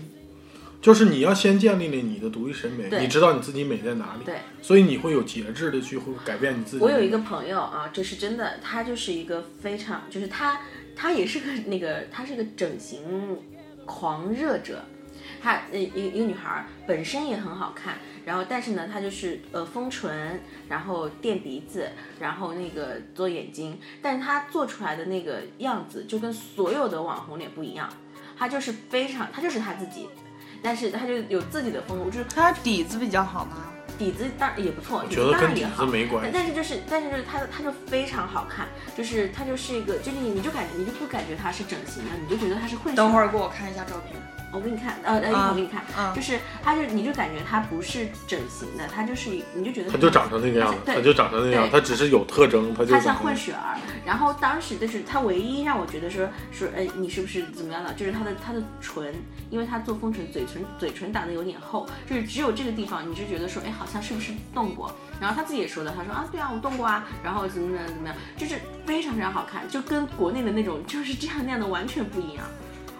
Speaker 2: 就是你要先建立了你的独立审美，
Speaker 3: 对
Speaker 2: 你知道你自己美在哪里，
Speaker 3: 对。
Speaker 2: 所以你会有节制的去会改变你自己。
Speaker 3: 我有一个朋友啊，就是真的，他就是一个非常，就是他他也是个那个，他是个整形狂热者。她呃一一个女孩儿本身也很好看，然后但是呢，她就是呃丰唇，然后垫鼻子，然后那个做眼睛，但是她做出来的那个样子就跟所有的网红脸不一样，她就是非常，她就是她自己，但是她就有自己的风格，就是
Speaker 4: 她底子比较好吗？
Speaker 3: 底子当然也不错，
Speaker 2: 我觉得
Speaker 3: 当
Speaker 2: 跟
Speaker 3: 然
Speaker 2: 底
Speaker 3: 也
Speaker 2: 子
Speaker 3: 好。
Speaker 2: 没关
Speaker 3: 但
Speaker 2: 系。
Speaker 3: 但是就是，但是就是她，她就非常好看，就是她就是一个，就是你你就感觉你就不感觉她是整形的，你就觉得她是混血。
Speaker 4: 等会儿给我看一下照片。
Speaker 3: 我给你看，呃，呃，一会
Speaker 4: 啊
Speaker 3: 儿给你看，
Speaker 4: 啊
Speaker 3: 就是她就你就感觉她不是整形的，她就是一你就觉得
Speaker 2: 他就长成那个样子，
Speaker 3: 对
Speaker 2: 他就长成那个样子，
Speaker 3: 对
Speaker 2: 他只是有特征，他就嗯
Speaker 3: 她
Speaker 2: 长成
Speaker 3: 像
Speaker 2: 那
Speaker 3: 混
Speaker 2: 样
Speaker 3: 血儿。然后当时就是她唯一让我觉得说说，哎，你是不是怎么样的？就是她的她的唇，因为她做丰唇，嘴唇嘴唇打的有点厚，就是只有这个地方，你就觉得说，哎，好像是不是动过？然后她自己也说的，她说啊，对啊，我动过啊，然后怎么怎么样怎么样，就是非常非常好看，就跟国内的那种就是这样那样的完全不一样。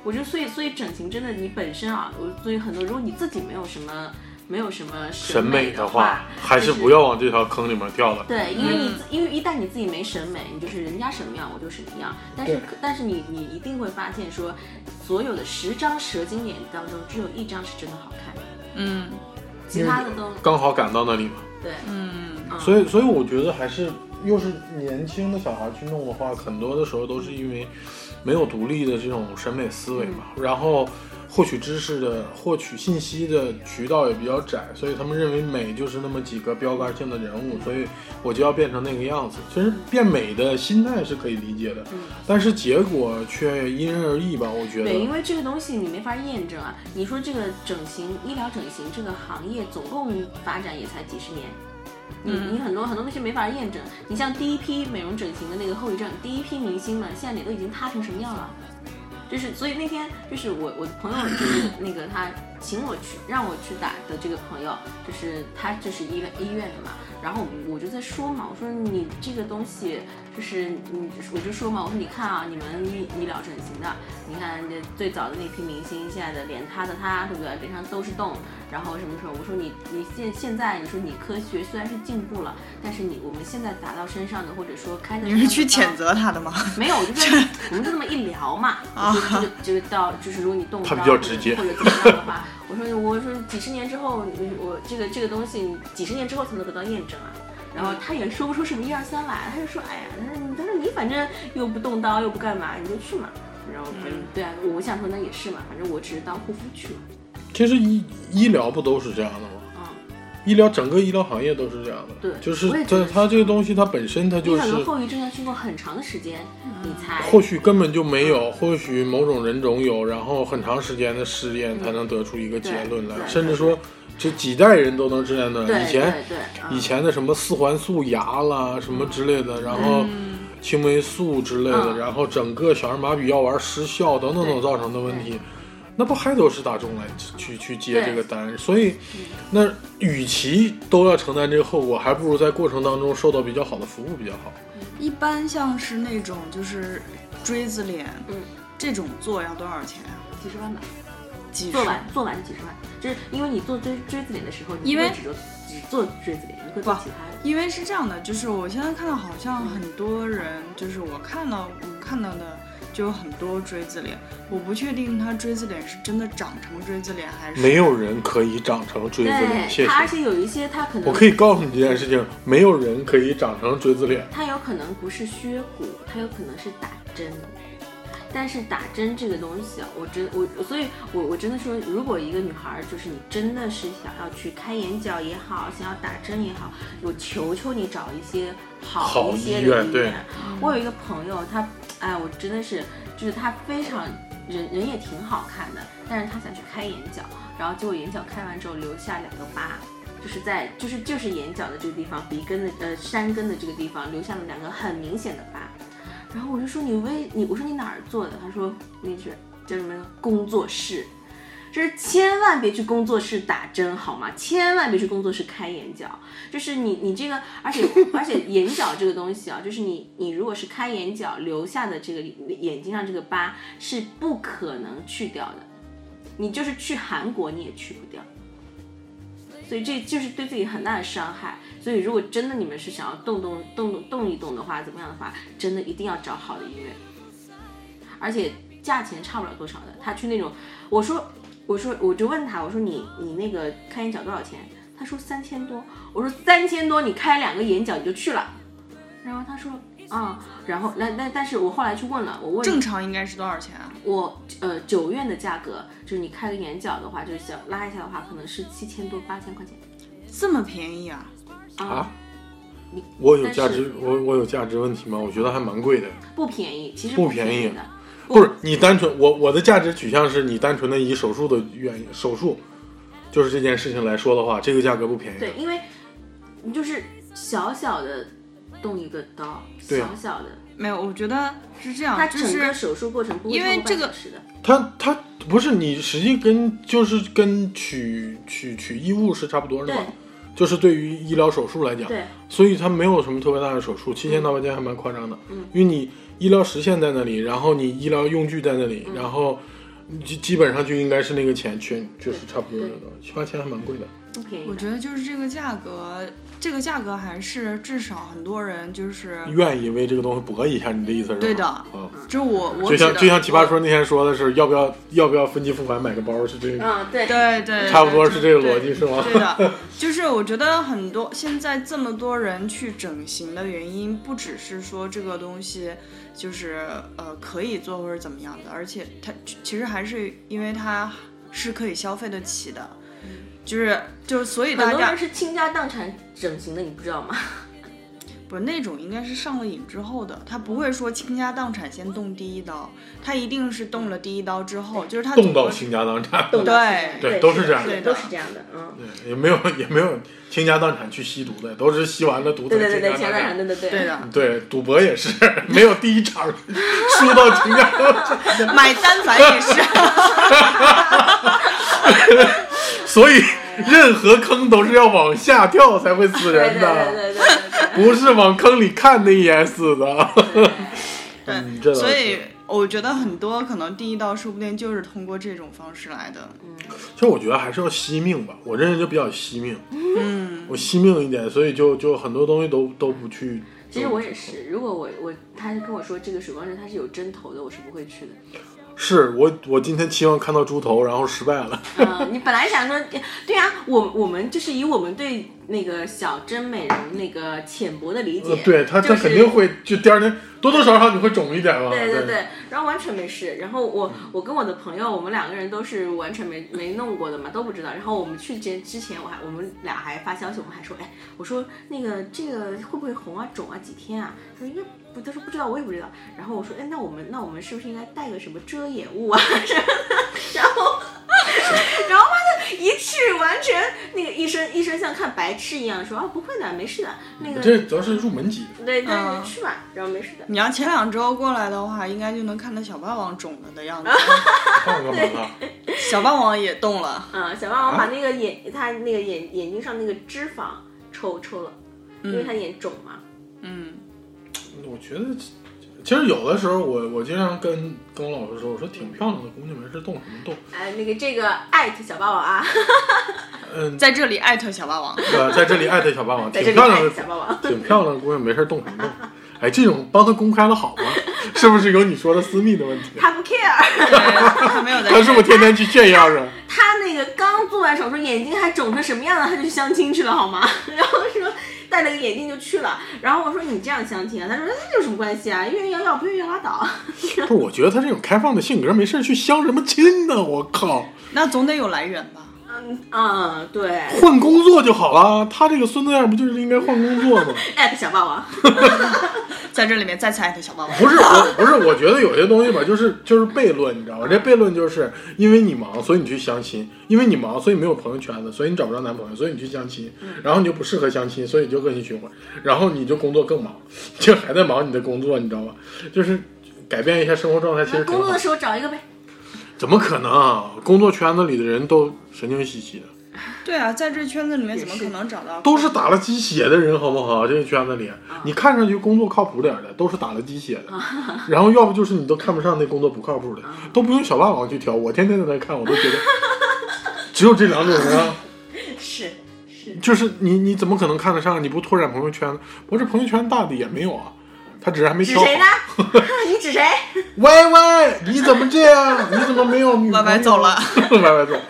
Speaker 3: 我觉得，所以所以整形真的，你本身啊，我所以很多，如果你自己没有什么没有什么
Speaker 2: 审美
Speaker 3: 的
Speaker 2: 话，还
Speaker 3: 就是
Speaker 2: 不要往这条坑里面掉了。
Speaker 3: 对，因为你自、因为一旦你自己没审美，你就是人家什么样我就什么样。但是
Speaker 2: 对
Speaker 3: 但是你你一定会发现说，所有的十张蛇精脸当中，只有一张是真的好看，
Speaker 4: 嗯
Speaker 3: 其他的都
Speaker 2: 刚好赶到那里嘛，
Speaker 3: 对。
Speaker 4: 嗯，
Speaker 3: 嗯、
Speaker 2: 所以所以我觉得还是又是年轻的小孩去弄的话，很多的时候都是因为没有独立的这种审美思维嘛，
Speaker 3: 嗯
Speaker 2: 然后获取知识的、获取信息的渠道也比较窄，所以他们认为美就是那么几个标杆性的人物，所以我就要变成那个样子。其实变美的心态是可以理解的，
Speaker 3: 嗯
Speaker 2: 但是结果却因人而异吧，我觉得。
Speaker 3: 对，因为这个东西你没法验证啊。你说这个整形、医疗整形这个行业总共发展也才几十年，你、
Speaker 2: 嗯
Speaker 3: 你很多很多东西没法验证。你像第一批美容整形的那个后遗症，第一批明星们现在 脸都已经塌成什么样了？就是所以那天就是我我的朋友就是那个他请我去让我去打的这个朋友，就是他就是医院医院的嘛，然后我就在说嘛，我说你这个东西就是你我就说嘛，我说你看啊，你们医医疗整形的，你看这最早的那批明星，现在的脸塌的塌，对不对？脸上都是洞，然后什么什么，我说你你现现在你说你科学虽然是进步了，但是你我们现在打到身上的或者说开的
Speaker 4: 你是去谴
Speaker 3: 责。
Speaker 4: 责他的吗？
Speaker 3: 没有，我就在我们就这么一聊嘛，我说这个这个到就是如果你动
Speaker 5: 他
Speaker 3: 刀
Speaker 5: 比
Speaker 3: 或
Speaker 5: 较
Speaker 3: 者
Speaker 5: 直接
Speaker 3: 或者怎么样的话， 我说我说几十年之后，你我这个这个东西几十年之后才能得到验证啊。然后他也说不出什么一二三来，他就说哎呀，他说他说你反正又不动刀又不干嘛，你就去嘛。然后反正对啊，我想说那也是嘛，反正我只是当护肤去了。
Speaker 2: 其实医医疗不都是这样的吗？
Speaker 3: 嗯，
Speaker 2: 医疗整个医疗行业都是这样的，
Speaker 3: 对
Speaker 2: 就是
Speaker 3: 我也觉
Speaker 2: 它
Speaker 3: 得
Speaker 2: 它这个东西它本身它
Speaker 3: 因
Speaker 2: 就
Speaker 3: 为很
Speaker 2: 是
Speaker 3: 多后遗症要经过很长的时间，你才
Speaker 2: 或许根本就没有，或许某种人种有，然后很长时间的试验才能得出一个结论来
Speaker 3: 对，对
Speaker 2: 甚至说这几代人都能这样的。
Speaker 3: 对
Speaker 2: 以
Speaker 3: 对
Speaker 2: 前
Speaker 3: 对，嗯
Speaker 2: 以前的什么四环素牙啦什么之类的，然后青霉素之类的，
Speaker 3: 嗯
Speaker 2: 然后整个小儿麻痹药丸失效等等等
Speaker 3: 对
Speaker 2: 造成的问题，那不还都是大众来去去接
Speaker 3: 对
Speaker 2: 这个单？所以，那与其都要承担这个后果，还不如在过程当中受到比较好的服务比较好。
Speaker 4: 一般像是那种就是锥子脸，
Speaker 3: 嗯，
Speaker 4: 这种做要多少钱啊？
Speaker 3: 几十万吧。
Speaker 4: 几十
Speaker 3: 做完做完几十万，就是因为你做锥锥子脸的时候，你
Speaker 4: 因
Speaker 3: 不
Speaker 4: 为
Speaker 3: 会只做只做锥子脸，你会做其他的。
Speaker 4: 因为是这样的，就是我现在看到好像很多人，就是我看到我看到的就有很多锥子脸，我不确定他锥子脸是真的长成锥子脸还是
Speaker 2: 没有人可以长成锥子脸，谢
Speaker 3: 对，
Speaker 2: 谢
Speaker 3: 它。而且有一些它可能
Speaker 2: 我可以告诉你这件事情，没有人可以长成锥子脸。
Speaker 3: 它有可能不是削骨，它有可能是打针。但是打针这个东西啊，我真我我所以我，我真的说，如果一个女孩儿就是你真的是想要去开眼角也好，想要打针也好，我求求你找一些
Speaker 2: 好
Speaker 3: 好一些
Speaker 2: 医
Speaker 3: 的
Speaker 2: 院对
Speaker 3: 我有一个朋友，他哎，我真的是就是他非常人人也挺好看的，但是他想去开眼角，然后结果眼角开完之后留下两个疤。就是在就是就是眼角的这个地方，鼻根的呃山根的这个地方留下了两个很明显的疤，然后我就说你为你我说你哪儿做的？他说那是叫什么工作室，就是千万别去工作室打针好吗？千万别去工作室开眼角，就是你你这个，而且而且眼角这个东西啊，就是你你如果是开眼角留下的这个眼睛上这个疤是不可能去掉的，你就是去韩国你也去不掉。所以这就是对自己很大的伤害。所以如果真的你们是想要动动动动动一动的话，怎么样的话，真的一定要找好的医院，而且价钱差不了多少的。他去那种，我说我说我就问他，我说你你那个开眼角多少钱？他说三千多。我说三千多，你开两个眼角你就去了。然后他说啊、然后那那但是我后来去问了，我问
Speaker 4: 正常应该是多少钱啊？
Speaker 3: 我呃九院的价格，就是你开个眼角的话，就是想拉一下的话，可能是七千多八千块钱。
Speaker 4: 这么便宜啊？
Speaker 2: 啊
Speaker 3: 你
Speaker 2: 我有
Speaker 3: 但
Speaker 2: 价
Speaker 3: 是
Speaker 2: 值，我我有价值问题吗？我觉得还蛮贵的。
Speaker 3: 不便宜，其实
Speaker 2: 不便
Speaker 3: 便
Speaker 2: 宜
Speaker 3: 的。
Speaker 2: 不是你单纯，我我的价值取向是你单纯的以手术的原因，手术就是这件事情来说的话，这个价格不便宜。
Speaker 3: 对，因为你就是小小的动一个刀，
Speaker 2: 对啊
Speaker 3: 小小的，
Speaker 4: 没有，我觉得是这样
Speaker 3: 它，
Speaker 4: 就
Speaker 3: 整个
Speaker 4: 是
Speaker 3: 手术过程不会
Speaker 4: 因为
Speaker 3: 超过
Speaker 4: 这个
Speaker 3: 半小时的。
Speaker 2: 它它不是你实际跟就是跟取取取衣物是差不多的嘛
Speaker 3: 对，
Speaker 2: 就是对于医疗手术来讲，
Speaker 3: 对
Speaker 2: 所以它没有什么特别大的手术，七
Speaker 4: 嗯
Speaker 2: 千到八千还蛮夸张的，
Speaker 3: 嗯
Speaker 2: 因为你医疗实现在那里，然后你医疗用具在那里，
Speaker 4: 嗯
Speaker 2: 然后基基本上就应该是那个钱全就是差不多的
Speaker 3: 对，
Speaker 4: 嗯
Speaker 2: 七八千还蛮贵的。
Speaker 3: 不便宜的。
Speaker 4: 我觉得就是这个价格，这个价格还是至少很多人就是，
Speaker 2: 愿意为这个东西搏一下，你的意思是吧？
Speaker 4: 对的
Speaker 2: 嗯，
Speaker 4: 就我我
Speaker 2: 就像
Speaker 4: 指的
Speaker 2: 就像奇葩说那天说的是，要不要要不要分期付款买个包是这个，
Speaker 3: 嗯，对，
Speaker 4: 对对，
Speaker 2: 差不多
Speaker 4: 对
Speaker 2: 是这个
Speaker 4: 对
Speaker 2: 逻辑是吗？
Speaker 4: 对的，就是我觉得很多现在这么多人去整形的原因，不只是说这个东西就是呃可以做或者怎么样的，而且它其实还是因为它是可以消费得起的，就是就是所以
Speaker 3: 很
Speaker 4: 大
Speaker 3: 多
Speaker 4: 家
Speaker 3: 人是倾家荡产整形的，你不知道吗？
Speaker 4: 不是那种应该是上了瘾之后的，他不会说倾家荡产先动第一刀，他一定是动了第一刀之后，就是他
Speaker 2: 动
Speaker 4: 总
Speaker 2: 到
Speaker 4: 会
Speaker 2: 倾家荡产，
Speaker 3: 懂的
Speaker 2: 对
Speaker 4: 对
Speaker 2: 都是
Speaker 3: 是
Speaker 2: 这样
Speaker 3: 的
Speaker 4: 的
Speaker 3: 都是这样的，嗯。
Speaker 2: 对也没有也没有倾家荡产去吸毒的，都是吸完了毒才
Speaker 3: 对对对对，
Speaker 2: 倾
Speaker 3: 前
Speaker 2: 家
Speaker 3: 两
Speaker 2: 荡
Speaker 3: 场，
Speaker 2: 产。
Speaker 3: 对对对，
Speaker 4: 对的，
Speaker 2: 对，赌博也是没有第一场输到倾家荡产。
Speaker 4: 买单反也是。
Speaker 2: 所以任何坑都是要往下跳才会死
Speaker 3: 对
Speaker 2: 人
Speaker 3: 对
Speaker 2: 的，
Speaker 3: 对对对
Speaker 2: 不是往坑里看那一眼死的。
Speaker 3: 对对。
Speaker 2: 嗯，这倒
Speaker 4: 所
Speaker 2: 是
Speaker 4: 以我觉得很多可能第一道说不定就是通过这种方式来的。
Speaker 3: 嗯
Speaker 2: 其实我觉得还是要惜命吧，我这人就比较惜命，
Speaker 4: 嗯，
Speaker 2: 我惜命一点，所以就就很多东西都都不去。
Speaker 3: 其实我也是，如果我我他跟我说这个水光针它是有针头的，我是不会 去的。
Speaker 2: 是我我今天期望看到猪头，然后失败了。
Speaker 3: 嗯，你本来想说，对啊，我我们就是以我们对那个小针美容那个浅薄的理解，
Speaker 2: 呃，对他
Speaker 3: 就
Speaker 2: 他
Speaker 3: 是
Speaker 2: 肯定会就第二天多多少少你会肿一点吧？
Speaker 3: 对对对，然后完全没事。然后我我跟我的朋友，我们两个人都是完全没没弄过的嘛，都不知道。然后我们去之之前，我还我们俩还发消息，我们还说，哎，我说那个这个会不会红啊、肿啊、几天啊？他说应该不，他说不知道，我也不知道。然后我说，哎，那我们那我们是不是应该带个什么遮掩物啊？ 然后。然后妈的，一去完全那个医生，医生像看白痴一样说啊，不会的，没事的。那个
Speaker 2: 这主要是入门级。
Speaker 3: 对，那你
Speaker 4: 嗯
Speaker 3: 去吧，然后没事的。
Speaker 4: 你要前两周过来的话，应该就能看到小霸王肿了的 样子，
Speaker 2: 看干嘛了？
Speaker 4: 小霸王也动了。
Speaker 3: 嗯，小霸王
Speaker 2: 啊
Speaker 3: 把那个眼，他那个眼眼睛上那个脂肪抽抽了，因为他眼肿嘛。
Speaker 4: 嗯，
Speaker 2: 我觉得其其实有的时候我我经常跟跟我老师说，我说挺漂亮的姑娘没事动什么动？
Speaker 3: 哎，那个这个艾特小霸王啊，
Speaker 2: 嗯，
Speaker 4: 在这里艾特小 霸王。
Speaker 2: 呃，在这里艾特小霸王，
Speaker 3: 在
Speaker 2: 挺
Speaker 3: 这里
Speaker 2: 漂
Speaker 3: 艾
Speaker 2: 亮
Speaker 3: 特
Speaker 2: 的
Speaker 3: 小霸王。
Speaker 2: 挺漂亮的姑娘，没事儿动什么动？哎，这种帮她公开了好吗？是不是有你说的私密的问题？
Speaker 3: 他不 care，
Speaker 4: 对他没有在
Speaker 2: 她是不是天天去炫耀着？
Speaker 3: 他那个刚做完手术，眼睛还肿成什么样了，他就去相亲去了好吗？ 然后说戴了个眼镜就去了。然后我说你这样相亲啊，他说那有什么关系啊？愿意要要，不愿意要拉倒。
Speaker 2: 不是，我觉得她这种开放的性格，没事儿去相什么亲呢？我靠，
Speaker 4: 那总得有来源吧？
Speaker 3: 嗯嗯，对，
Speaker 2: 换工作就好了。她这个孙子样，不就是应该换工作吗？
Speaker 3: 艾特小霸王。
Speaker 4: 在这里面再次艾特小霸王。
Speaker 2: 不是我，不是我觉得有些东西吧， 就是就是悖论，你知道吗？这悖论就是因为你忙，所以你去相亲；因为你忙，所以没有朋友圈子，所以你找不着男朋友，所以你去相亲，
Speaker 3: 嗯
Speaker 2: 然后你就不适合相亲，所以你就恶性循环，然后你就工作更忙， 就还在忙你的工作，你知道吧？就是改变一下生活状态，其
Speaker 3: 那
Speaker 2: 实
Speaker 3: 工
Speaker 2: 挺
Speaker 3: 作
Speaker 2: 好
Speaker 3: 的。时候找一个呗。
Speaker 2: 怎么可能、啊？工作圈子里的人都神经兮兮的，
Speaker 4: 对啊，在这圈子里面怎么
Speaker 3: 也是
Speaker 4: 可能找到？
Speaker 2: 都是打了鸡血的人，好不好？这个圈子里，
Speaker 3: 啊
Speaker 2: 你看上去工作靠谱点儿的，都是打了鸡血的。
Speaker 3: 啊
Speaker 2: 然后要不就是你都看不上那工作不靠谱的，都不用小霸王去挑，我天天在那看，我都觉得 只有这两种人啊。
Speaker 3: 是是，
Speaker 2: 就是你你怎么可能看得上？你不拓展朋友圈？我这朋友圈大的也没有啊，他只是还没
Speaker 3: 指
Speaker 2: 挑好
Speaker 3: 谁。呢？ 你指谁？
Speaker 2: 歪歪，你怎么这样？你怎么没有女朋友？啊
Speaker 4: 歪歪走了，
Speaker 2: 歪歪走了。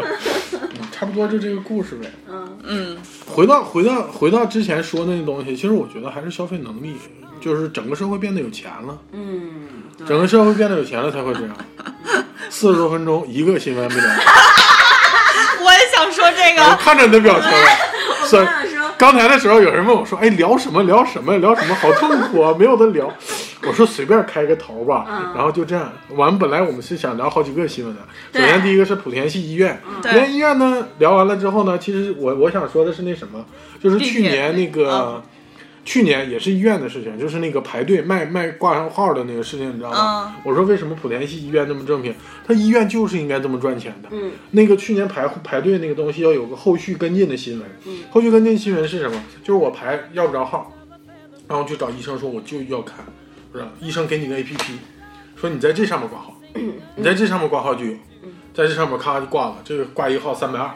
Speaker 2: 嗯差不多就这个故事呗。
Speaker 3: 嗯。
Speaker 4: 嗯，
Speaker 2: 回到回到回到之前说那个东西，其实我觉得还是消费能力，就是整个社会变得有钱了，
Speaker 3: 嗯，对
Speaker 2: 整个社会变得有钱了才会这样。四十多分钟一个新闻没聊，
Speaker 4: 我也想说这
Speaker 2: 我
Speaker 4: 个。
Speaker 2: 看着你的表情了。
Speaker 3: 我
Speaker 2: 是
Speaker 3: 想说，
Speaker 2: 刚才的时候有人问我说：“哎，聊什么聊什么聊什么？好痛苦啊，没有的聊。”我说随便开个头吧，
Speaker 3: 嗯
Speaker 2: 然后就这样。完，本来我们是想聊好几个新闻的。首
Speaker 3: 对
Speaker 2: 先第一个是莆田系医院，莆田
Speaker 4: 对
Speaker 2: 医院呢聊完了之后呢，其实我我想说的是那什么，就是
Speaker 4: 地铁
Speaker 2: 去年那个。
Speaker 4: 嗯
Speaker 2: 去年也是医院的事情，就是那个排队卖卖挂上号的那个事情，你知道
Speaker 3: 嗯
Speaker 2: 吗？我说为什么莆田系医院这么正品？它医院就是应该这么赚钱的。
Speaker 3: 嗯，
Speaker 2: 那个去年排排队那个东西要有个后续跟进的新闻。
Speaker 3: 嗯
Speaker 2: 后续跟进新闻是什么？就是我排要不着号，然后去找医生说我就要看，不是医生给你个 A P P，说你在这上面挂号，
Speaker 3: 嗯
Speaker 2: 你在这上面挂号就有，在这上面咔就挂了，这个挂一个号三百二，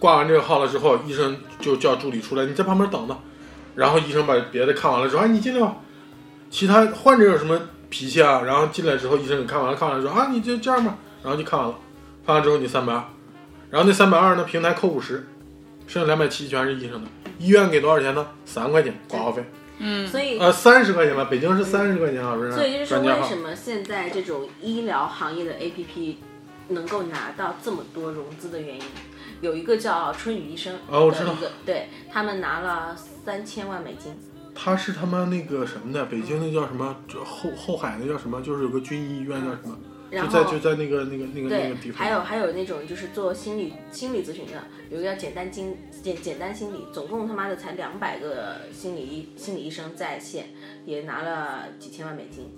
Speaker 2: 挂完这个号了之后，医生就叫助理出来，你在旁边等着，然后医生把别的看完了之后，哎你进来吧，其他患者有什么脾气啊？然后进来之后，医生给看完了，看完了说啊你就这样吧，然后就看完了，看完之后你三百二，然后那三百二呢平台扣五十，剩下两百七全是医生的。医院给多少钱呢？三块钱挂号费，
Speaker 4: 嗯，
Speaker 3: 所以
Speaker 2: 呃，三十块钱吧，北京是三十块钱，好啊像是
Speaker 3: 所以就是说，
Speaker 2: 专家
Speaker 3: 为
Speaker 2: 号
Speaker 3: 什。么现在这种医疗行业的 APP 能够拿到这么多融资的原因，有一个叫春雨医生
Speaker 2: 哦我
Speaker 3: 的
Speaker 2: 知道
Speaker 3: 一个，对他们拿了三千万美金，
Speaker 2: 他是他妈那个什么的，北京那叫什么就后后海那叫什么，就是有个军医医院叫什么，
Speaker 3: 然
Speaker 2: 就
Speaker 3: 后
Speaker 2: 在就在那个那个那个那
Speaker 3: 对
Speaker 2: 个地，方。
Speaker 3: 还有还有那种就是做心理心理咨询的，有一个叫简单经简简单心理，总共他妈的才两百个心理医心理医生在线，也拿了几千万美金，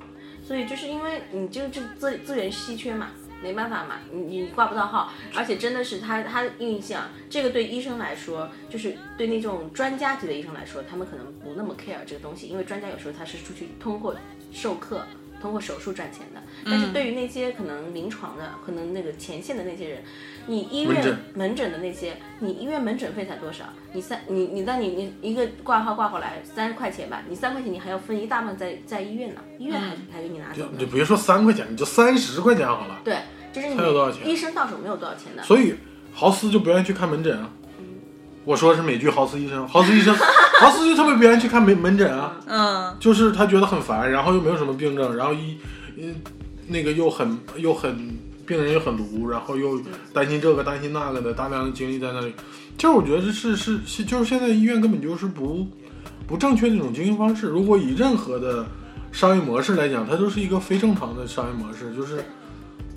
Speaker 3: 所以就是因为你就这资资源稀缺嘛，没办法嘛，你你挂不到号，而且真的是他他的印象，这个对医生来说，就是对那种专家级的医生来说，他们可能不那么 care 这个东西，因为专家有时候他是出去通过授课、通过手术赚钱的，
Speaker 2: 嗯
Speaker 3: 但是对于那些可能临床的、可能那个前线的那些人，你医
Speaker 2: 门诊
Speaker 3: 院门诊的那些，你医院门诊费才多少？你三你你那你你一个挂号挂过来三十块钱吧，你三块钱你还要分一大半在在医院呢，医院还、还给你拿走
Speaker 2: 嗯你就
Speaker 3: 呢。
Speaker 2: 别说三块钱，你就三十块钱好了。
Speaker 3: 对，就是你
Speaker 2: 他有多少钱
Speaker 3: 医生到手没有多少钱的，
Speaker 2: 所以豪斯就不愿意去看门诊啊。我说的是美剧《豪斯医生》，豪斯医生，豪斯就特别不愿意去看门门诊啊，
Speaker 4: 嗯，
Speaker 2: 就是他觉得很烦，然后又没有什么病症，然后医，嗯，那个又很又很病人又很毒，然后又担心这个担心那个的，大量的精力在那里。其实我觉得这是是是，就是现在医院根本就是不不正确的一种经营方式。如果以任何的商业模式来讲，它都是一个非正常的商业模式，就是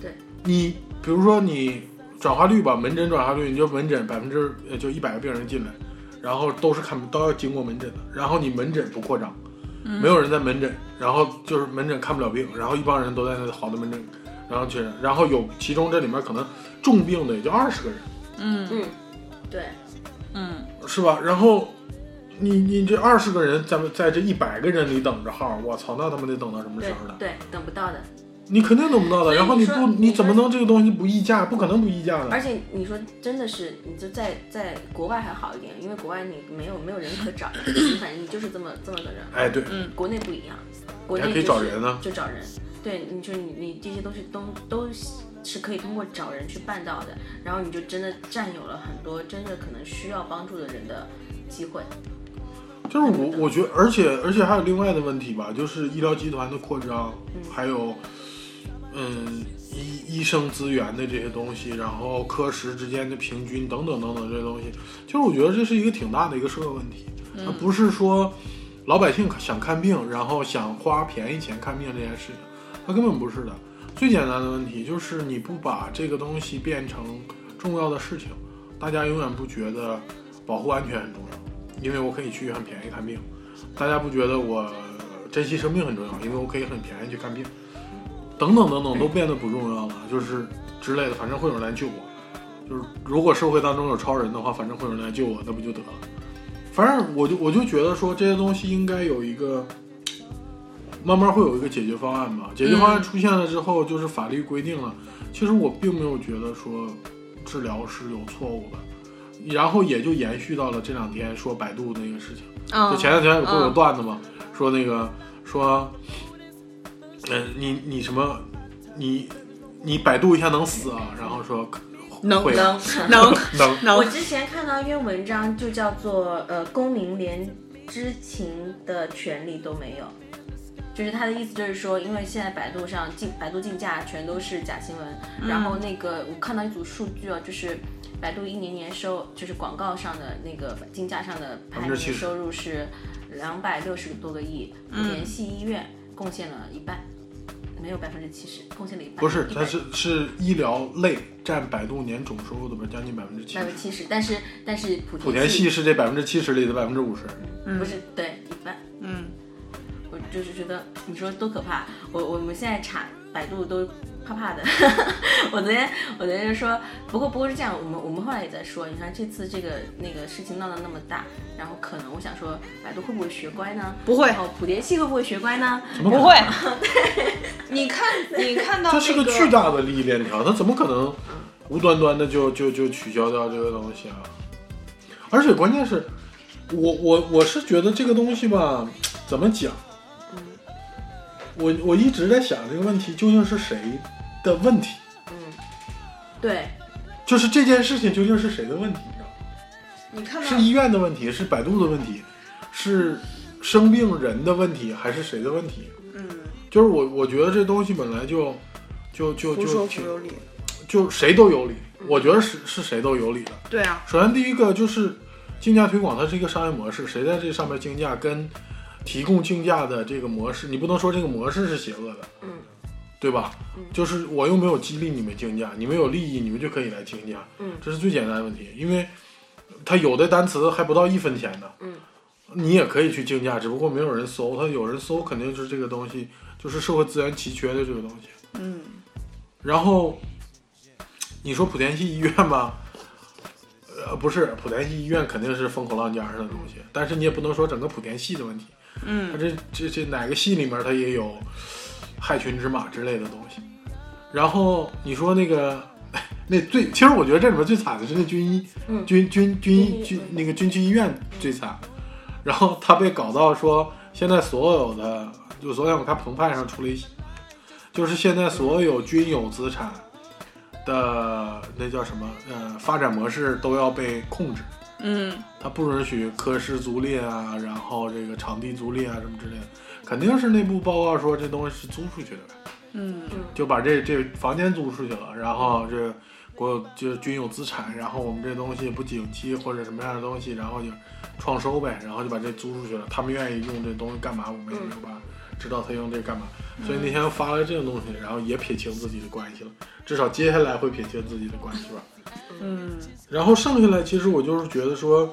Speaker 3: 对
Speaker 2: 你比如说你转化率吧，门诊转化率，你就门诊百分之呃就一百个病人进来，然后都是看都要经过门诊的，然后你门诊不扩张，没有人在门诊，然后就是门诊看不了病，然后一帮人都在那好的门诊，然后去，然后有其中这里面可能重病的也就二十个人，
Speaker 3: 嗯，对。
Speaker 4: 嗯
Speaker 2: 是吧？然后你你这二十个人，咱们在这一百个人里等着号，我操，那他妈得等到什么时
Speaker 3: 对
Speaker 2: 候呢？嗯
Speaker 3: 对，等不到的。
Speaker 2: 你肯定等不到的。
Speaker 3: 所以
Speaker 2: 然后你
Speaker 3: 你说
Speaker 2: 不，
Speaker 3: 你
Speaker 2: 你怎么
Speaker 3: 说
Speaker 2: 能这个东西不议价？不可能不议价的
Speaker 3: 而。且你说真的是，你就在在国外还好一点，因为国外你没有没有人可找，你反正你就是这么这么个人。
Speaker 2: 哎，对，
Speaker 3: 国内不一样，国内、
Speaker 2: 还
Speaker 3: 就是、
Speaker 2: 可以找人啊
Speaker 3: 就找人。对，你就是你你这些东西都都是是可以通过找人去办到的，然后你就真的占有了很多真的可能需要帮助的人的机会。
Speaker 2: 就是我我觉得，而且而且还有另外的问题吧，就是医疗集团的扩张，还有嗯医医生资源的这些东西，然后科室之间的平均等等等等这些东西，其实我觉得这是一个挺大的一个社会问题，它不是说老百姓想看病，然后想花便宜钱看病这件事情，它根本不是的。最简单的问题就是你不把这个东西变成重要的事情，大家永远不觉得保护安全很重要，因为我可以去很便宜看病；大家不觉得我珍惜生命很重要，因为我可以很便宜去看病。等等等等都变得不重要了，就是之类的，反正会有人来救我。就是如果社会当中有超人的话，反正会有人来救我，那不就得了？反正我就我就觉得说这些东西应该有一个，慢慢会有一个解决方案吧。解决方案出现了之后，就是法律规定了。其实我并没有觉得说治疗是有错误的，然后也就延续到了这两天说百度那个事情。
Speaker 4: 嗯
Speaker 2: 就前两天有不是有段子嘛，说那个说，嗯、你你什么，你你百度一下能死啊？然后说
Speaker 4: 能
Speaker 2: 会啊
Speaker 4: 能能
Speaker 2: 能
Speaker 3: 我
Speaker 4: 能，
Speaker 3: 之前看到一篇文章，就叫做呃，公民连知情的权利都没有，就是他的意思就是说，因为现在百度上竞百度竞价全都是假新闻，然后那个我看到一组数据啊，就是。百度一年年收就是广告上的那个竞价上的排名
Speaker 2: 70%
Speaker 3: 收入是两百六十多个亿，联系医院贡献了一半，没有百分之七十，贡献了一半，
Speaker 2: 不是，
Speaker 3: 100
Speaker 2: 它是是医疗类占百度年总收入的将近百分之七
Speaker 3: 百
Speaker 2: 十
Speaker 3: 分之，七十，但是但是莆
Speaker 2: 莆田
Speaker 3: 系
Speaker 2: 系是这百分之七十里的百分之五十。
Speaker 3: 不是对一半。
Speaker 4: 嗯，
Speaker 3: 我就是觉得你说多可怕，我我们现在查百度都怕怕的。 我昨天我昨天就说，不过不过是这样，我们我们后来也在说，你看这次这个那个事情闹得那么大，然后可能我想说，百度会不会学乖呢？
Speaker 4: 不会
Speaker 3: 然后莆田系会不会学乖呢？
Speaker 2: 怎么可
Speaker 4: 不
Speaker 2: 能
Speaker 4: 会。你看，你看到
Speaker 2: 这是
Speaker 4: 那
Speaker 2: 个嗯巨大的利益链条，它怎么可能无端端的就就就取消掉这个东西啊？而且关键是，我我我是觉得这个东西吧，怎么讲？嗯我我一直在想这个问题究竟是谁的问题，
Speaker 3: 对，
Speaker 2: 就是这件事情究竟是谁的问题，你知道吗？
Speaker 4: 你看
Speaker 2: 是医院的问题，是百度的问题，是生病人的问题，还是谁的问题？
Speaker 4: 嗯，
Speaker 2: 就是我，我觉得这东西本来就，就就
Speaker 4: 胡说
Speaker 2: 就
Speaker 4: 胡有理。
Speaker 2: 就谁都有理，我觉得是是谁都有理的。
Speaker 4: 对啊，
Speaker 2: 首先第一个就是竞价推广，它是一个商业模式，谁在这上面竞价跟提供竞价的这个模式，你不能说这个模式是邪恶的，
Speaker 3: 嗯，
Speaker 2: 对吧？就是我又没有激励你们竞价，你们有利益，你们就可以来竞价，
Speaker 3: 嗯，
Speaker 2: 这是最简单的问题，因为它有的单词还不到一分钱呢，
Speaker 3: 嗯，
Speaker 2: 你也可以去竞价，只不过没有人搜，它有人搜肯定就是这个东西，就是社会资源奇缺的这个东西，
Speaker 4: 嗯
Speaker 2: 然后你说莆田系医院吧，呃，不是莆田系医院肯定是风口浪尖上的东西，但是你也不能说整个莆田系的问题，它
Speaker 4: 嗯，
Speaker 2: 这这这哪个系里面它也有害群之马之类的东西。然后你说那个 那最，其实我觉得这里面最惨的是那军医，
Speaker 3: 嗯
Speaker 2: 军军军医
Speaker 3: 嗯
Speaker 2: 军那个军区医院最惨。然后他被搞到说，现在所有的就昨天我看澎湃上出了一，就是现在所有军有资产的那叫什么呃发展模式都要被控制。
Speaker 4: 嗯，
Speaker 2: 他不允许科室租赁啊，然后这个场地租赁啊什么之类的，肯定是内部报告说这东西是租出去的呗，
Speaker 4: 嗯，
Speaker 2: 就把这这房间租出去了，然后这国有就是军有资产，然后我们这东西不景气或者什么样的东西，然后就创收呗，然后就把这租出去了，他们愿意用这东西干嘛，我们也没有办法知道他用这干嘛，所以那天发了这个东西，然后也撇清自己的关系了，至少接下来会撇清自己的关系吧。
Speaker 4: 嗯，
Speaker 2: 然后剩下来，其实我就是觉得说，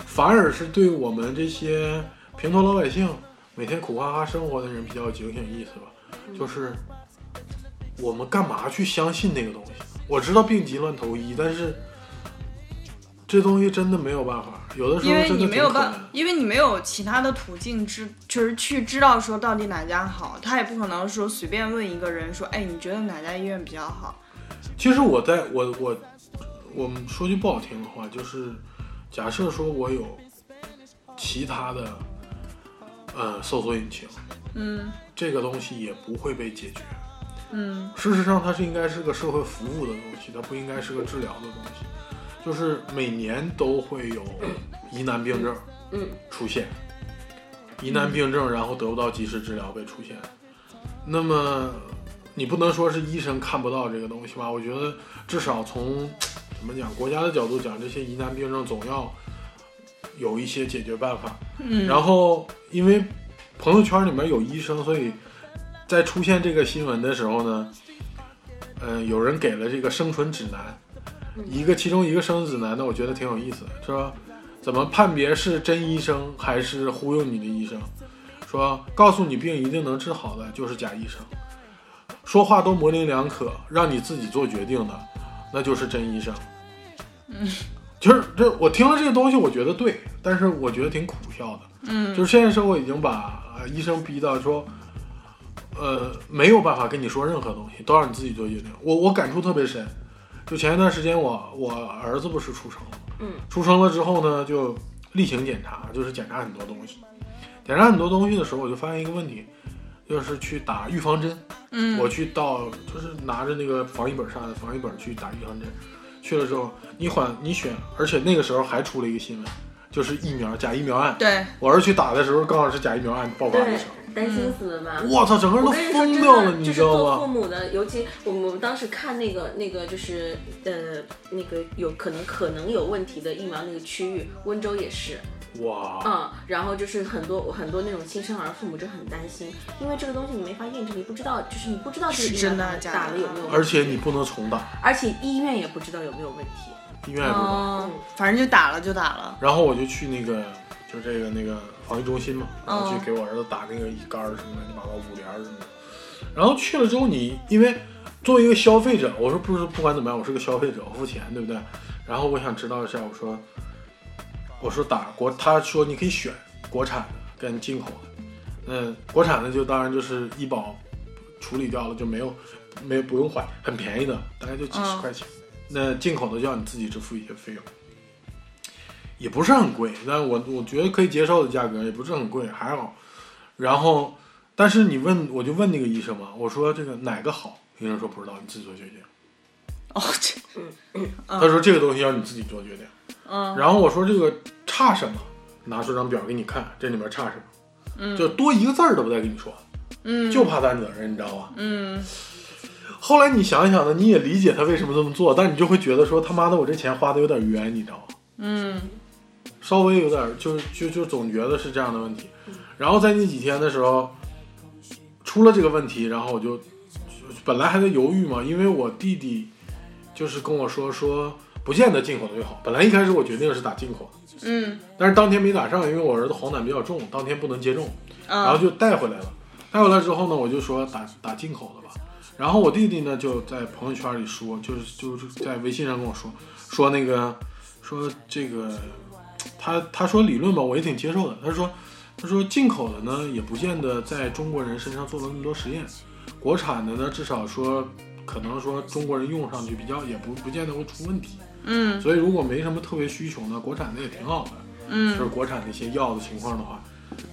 Speaker 2: 反而是对我们这些平头老百姓每天苦哈哈生活的人比较有警醒意识吧。
Speaker 4: 嗯
Speaker 2: 就是我们干嘛去相信那个东西？我知道病急乱投医，但是这东西真的没有办法，有的时
Speaker 4: 因
Speaker 2: 候
Speaker 4: 为
Speaker 2: 真
Speaker 4: 你
Speaker 2: 的
Speaker 4: 没
Speaker 2: 挺
Speaker 4: 有
Speaker 2: 可
Speaker 4: 办
Speaker 2: 难，。
Speaker 4: 因为你没有其他的途径知，就是去知道说到底哪家好，他也不可能说随便问一个人说，哎，你觉得哪家医院比较好？
Speaker 2: 其实我在我我我们说句不好听的话，就是假设说我有其他的呃搜索引擎，
Speaker 4: 嗯
Speaker 2: 这个东西也不会被解决。
Speaker 4: 嗯
Speaker 2: 事实上，它是应该是个社会服务的东西，它不应该是个治疗的东西。就是每年都会有疑难病症
Speaker 3: 嗯
Speaker 2: 出现，疑难病症然后得不到及时治疗被出现。那么你不能说是医生看不到这个东西吧？我觉得至少从怎么讲，国家的角度讲，这些疑难病症总要有一些解决办法。
Speaker 4: 嗯，
Speaker 2: 然后因为朋友圈里面有医生，所以在出现这个新闻的时候呢，呃，有人给了这个生存指南，一个其中一个生存指南呢，我觉得挺有意思的，说怎么判别是真医生还是忽悠你的医生，说告诉你病一定能治好的就是假医生，说话都模棱两可，让你自己做决定的，那就是真医生。其实这我听了这个东西，我觉得对，但是我觉得挺苦笑的。
Speaker 4: 嗯
Speaker 2: 就是现实生活已经把、呃医生逼到说，呃，没有办法跟你说任何东西，都让你自己做决定。我我感触特别深，就前一段时间我我儿子不是出生了，
Speaker 3: 嗯，
Speaker 2: 出生了之后呢，就例行检查，就是检查很多东西。检查很多东西的时候，我就发现一个问题，就是去打预防针。
Speaker 4: 嗯，
Speaker 2: 我去到就是拿着那个防疫本啥的防疫本去打预防针，去了之后，你缓你选，而且那个时候还出了一个新闻，就是疫苗假疫苗案。
Speaker 4: 对，
Speaker 2: 我是去打的时候，刚好是假疫苗案爆发的
Speaker 3: 对
Speaker 2: 时候，，
Speaker 3: 担
Speaker 4: 嗯
Speaker 3: 心死了吧？
Speaker 2: 我操，整个人
Speaker 3: 我
Speaker 2: 都
Speaker 3: 跟你说，
Speaker 2: 疯
Speaker 3: 真
Speaker 2: 掉了，
Speaker 3: 的
Speaker 2: 你
Speaker 3: 就
Speaker 2: 知
Speaker 3: 是
Speaker 2: 道
Speaker 3: 做
Speaker 2: 吗
Speaker 3: 父？母的，尤其我们我们当时看那个那个就是呃那个有可能可能有问题的疫苗那个区域，温州也是，
Speaker 2: 哇，
Speaker 3: 嗯，然后就是很多很多那种新生儿父母就很担心，因为这个东西你没法验证，你不知道，就是你不知道这个
Speaker 4: 是
Speaker 3: 疫苗
Speaker 4: 真的
Speaker 3: 打
Speaker 4: 假
Speaker 3: 打
Speaker 4: 的
Speaker 3: 了有没有问题，
Speaker 2: 而且你不能重打，
Speaker 3: 而且医院也不知道有没有问题，
Speaker 2: 医院也不能。
Speaker 4: 嗯，反正就打了就打了，
Speaker 2: 然后我就去那个就这个那个防疫中心嘛，然后
Speaker 4: 嗯
Speaker 2: 去给我儿子打那个乙肝儿什么乱七八糟五联儿什么的。然后去了之后你，因为作为一个消费者，我说不是不管怎么样，我是个消费者，我付钱，对不对？然后我想知道一下，我说我说打国，他说你可以选国产的跟进口的，嗯，国产的就当然就是医保处理掉了，就没有没不用还，很便宜的，大概就几十
Speaker 4: 嗯
Speaker 2: 块钱。那进口的就要你自己支付一些费用，也不是很贵，但我我觉得可以接受的价格，也不是很贵，还好。然后，但是你问，我就问那个医生嘛，我说这个哪个好？医生说不知道，你自己做决定。
Speaker 4: 哦，这，嗯
Speaker 2: 他说这个东西要你自己做决定。
Speaker 4: 嗯
Speaker 2: 然后我说这个差什么？拿出张表给你看，这里面差什么？就多一个字儿都不带跟你说，
Speaker 4: 嗯，
Speaker 2: 就怕担责任，你知道吧？
Speaker 4: 嗯
Speaker 2: 后来你想一想呢，你也理解他为什么这么做，但你就会觉得说他妈的我这钱花的有点冤，你知道吗？
Speaker 4: 嗯
Speaker 2: 稍微有点儿就就就总觉得是这样的问题。然后在那几天的时候，出了这个问题，然后我就本来还在犹豫嘛，因为我弟弟就是跟我说说不见得进口的最好。本来一开始我决定是打进口的，
Speaker 4: 嗯
Speaker 2: 但是当天没打上，因为我儿子黄疸比较重，当天不能接种，然后
Speaker 4: 嗯
Speaker 2: 就带回来了。带回来之后呢，我就说打打进口的吧。然后我弟弟呢就在朋友圈里说，就是就是在微信上跟我说，说那个说这个，他他说理论吧，我也挺接受的。他说他说进口的呢也不见得在中国人身上做了那么多实验，国产的呢至少说可能说中国人用上去比较也不不见得会出问题。
Speaker 4: 嗯
Speaker 2: 所以如果没什么特别需求呢，国产的也挺好的。就是
Speaker 4: 嗯
Speaker 2: 国产的一些药的情况的话，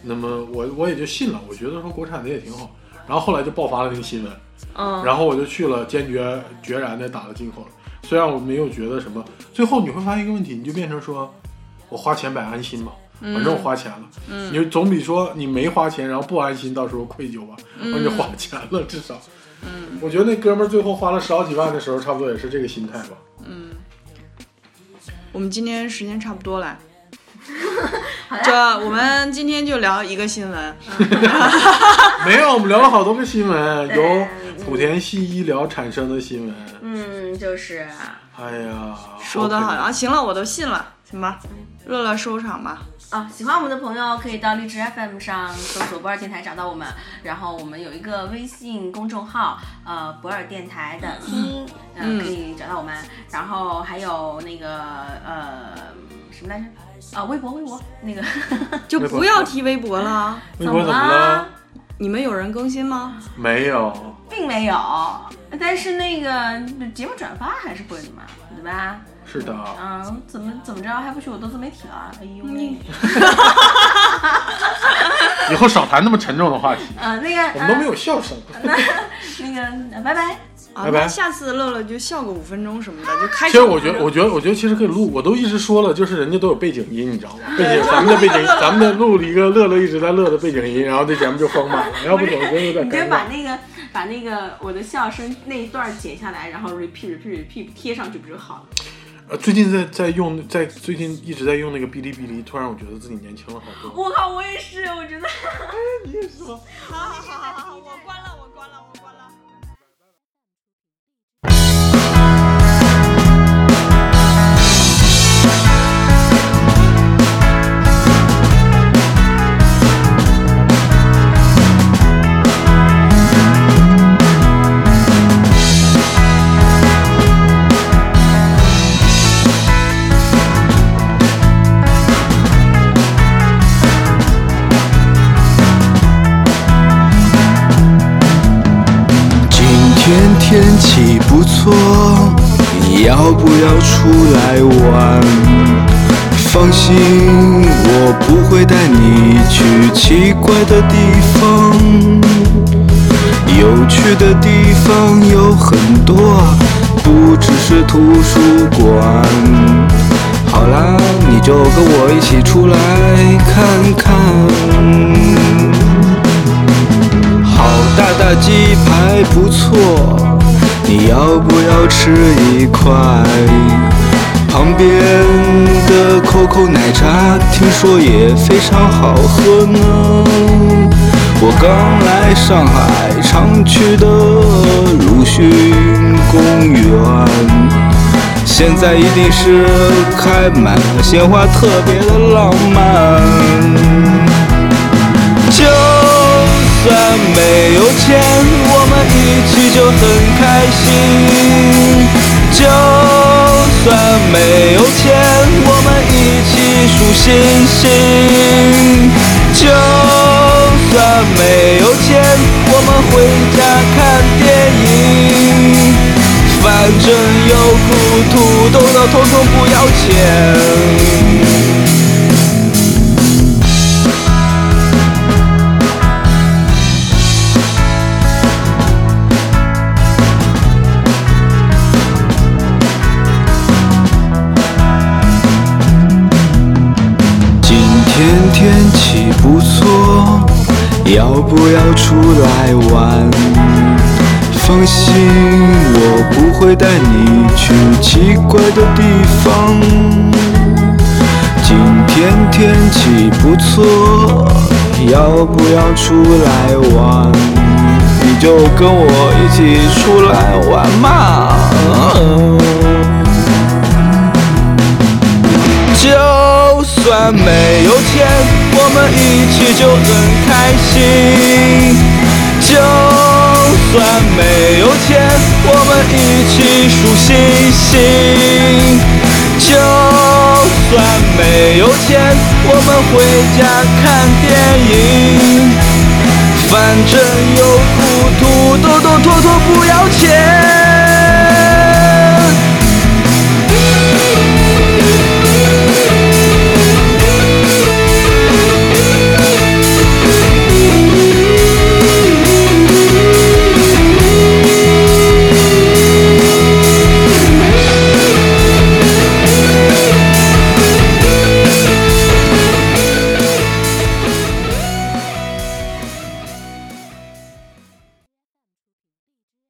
Speaker 2: 那么我我也就信了，我觉得说国产的也挺好。然后后来就爆发了那个新闻，
Speaker 4: 嗯，
Speaker 2: 然后我就去了，坚决决然的打了进口了。虽然我没有觉得什么，最后你会发现一个问题，你就变成说，我花钱买安心吧，反正我花钱了，
Speaker 4: 嗯
Speaker 2: 你总比说你没花钱然后不安心，到时候愧疚吧，我你花钱了至少。
Speaker 4: 嗯
Speaker 2: 我觉得那哥们儿最后花了十好几万的时候，差不多也是这个心态吧。
Speaker 4: 嗯，我们今天时间差不多了。
Speaker 3: 好
Speaker 4: 这
Speaker 3: 了，
Speaker 4: 我们今天就聊一个新闻，
Speaker 2: 没有，我们聊了好多个新闻，
Speaker 3: 对
Speaker 2: 由莆田系医疗产生的新闻。
Speaker 3: 嗯，就是啊，
Speaker 2: 哎呀，
Speaker 4: 说的好
Speaker 2: 可怜
Speaker 4: 啊，行了，我都信了，行吧，乐乐收场吧。
Speaker 3: 啊，喜欢我们的朋友可以到荔枝 FM 上搜索“不二电台”找到我们，然后我们有一个微信公众号，呃，不二电台的拼音，嗯、
Speaker 4: 嗯
Speaker 3: 可以找到我们，然后还有那个呃什么来着？啊，微博，微博，那个
Speaker 4: 就
Speaker 2: 微博
Speaker 4: 不要提微博了啊，
Speaker 2: 微博怎么
Speaker 3: 啦
Speaker 2: 了？？
Speaker 4: 你们有人更新吗？
Speaker 2: 没有，
Speaker 3: 并没有，但是那个节目转发还是会的嘛，对吧？
Speaker 2: 是的，
Speaker 3: 嗯，怎么怎么着还不许我做自媒体了？哎呦喂！
Speaker 2: 以后少谈那么沉重的话题，
Speaker 3: 呃，那
Speaker 2: 我
Speaker 3: 个，
Speaker 2: 们都没
Speaker 3: 有
Speaker 2: 有笑声。
Speaker 3: 那个，呃拜拜。
Speaker 4: 啊，
Speaker 2: 拜拜
Speaker 4: 那下次乐乐就笑个五分钟什么的，就开
Speaker 2: 其
Speaker 4: 始。
Speaker 2: 实我觉得，我觉得，我觉得其实可以录，我都一直说了，就是人家都有背景音，你知道吗？背景，咱们的背景，咱们的录了一个乐乐一直在乐的背景音，然后这节目就丰满了，要不总归有点
Speaker 3: 你就
Speaker 2: 尴
Speaker 3: 把
Speaker 2: 尬。
Speaker 3: 那个把那个我的笑声那一段剪下来，然后 repeat repeat repeat 贴上去不就好了？
Speaker 2: 呃最近在在用，在最近一直在用那个哔哩哔哩，突然我觉得自己年轻了好多。
Speaker 3: 我靠，我也是，我觉得。
Speaker 2: 你也是吗？
Speaker 4: 好好好好好，我关了，我关了，我关了。
Speaker 5: 今天天气不错，要不要出来玩？放心，我不会带你去奇怪的地方。有趣的地方有很多，不只是图书馆。好啦，你就跟我一起出来看看。好大大鸡排不错，你要不要吃一块？旁边的 COCO 奶茶听说也非常好喝呢。我刚来上海，常去的鲁迅公园。现在一定是开满了鲜花，特别的浪漫。就算没有钱，我们一起就很开心。就算没有钱，我们一起数星星。就算没有钱，我们回家看电影。反正有苦土豆的，统统不要钱。今天天气不错，要不要出来玩？放心，我不会带你去奇怪的地方。今天天气不错，要不要出来玩？你就跟我一起出来玩嘛。就算没有钱，我们一起就很开心。就算没有钱，我们一起数星星。就算没有钱，我们回家看电影。反正有苦土豆豆坨坨不要钱。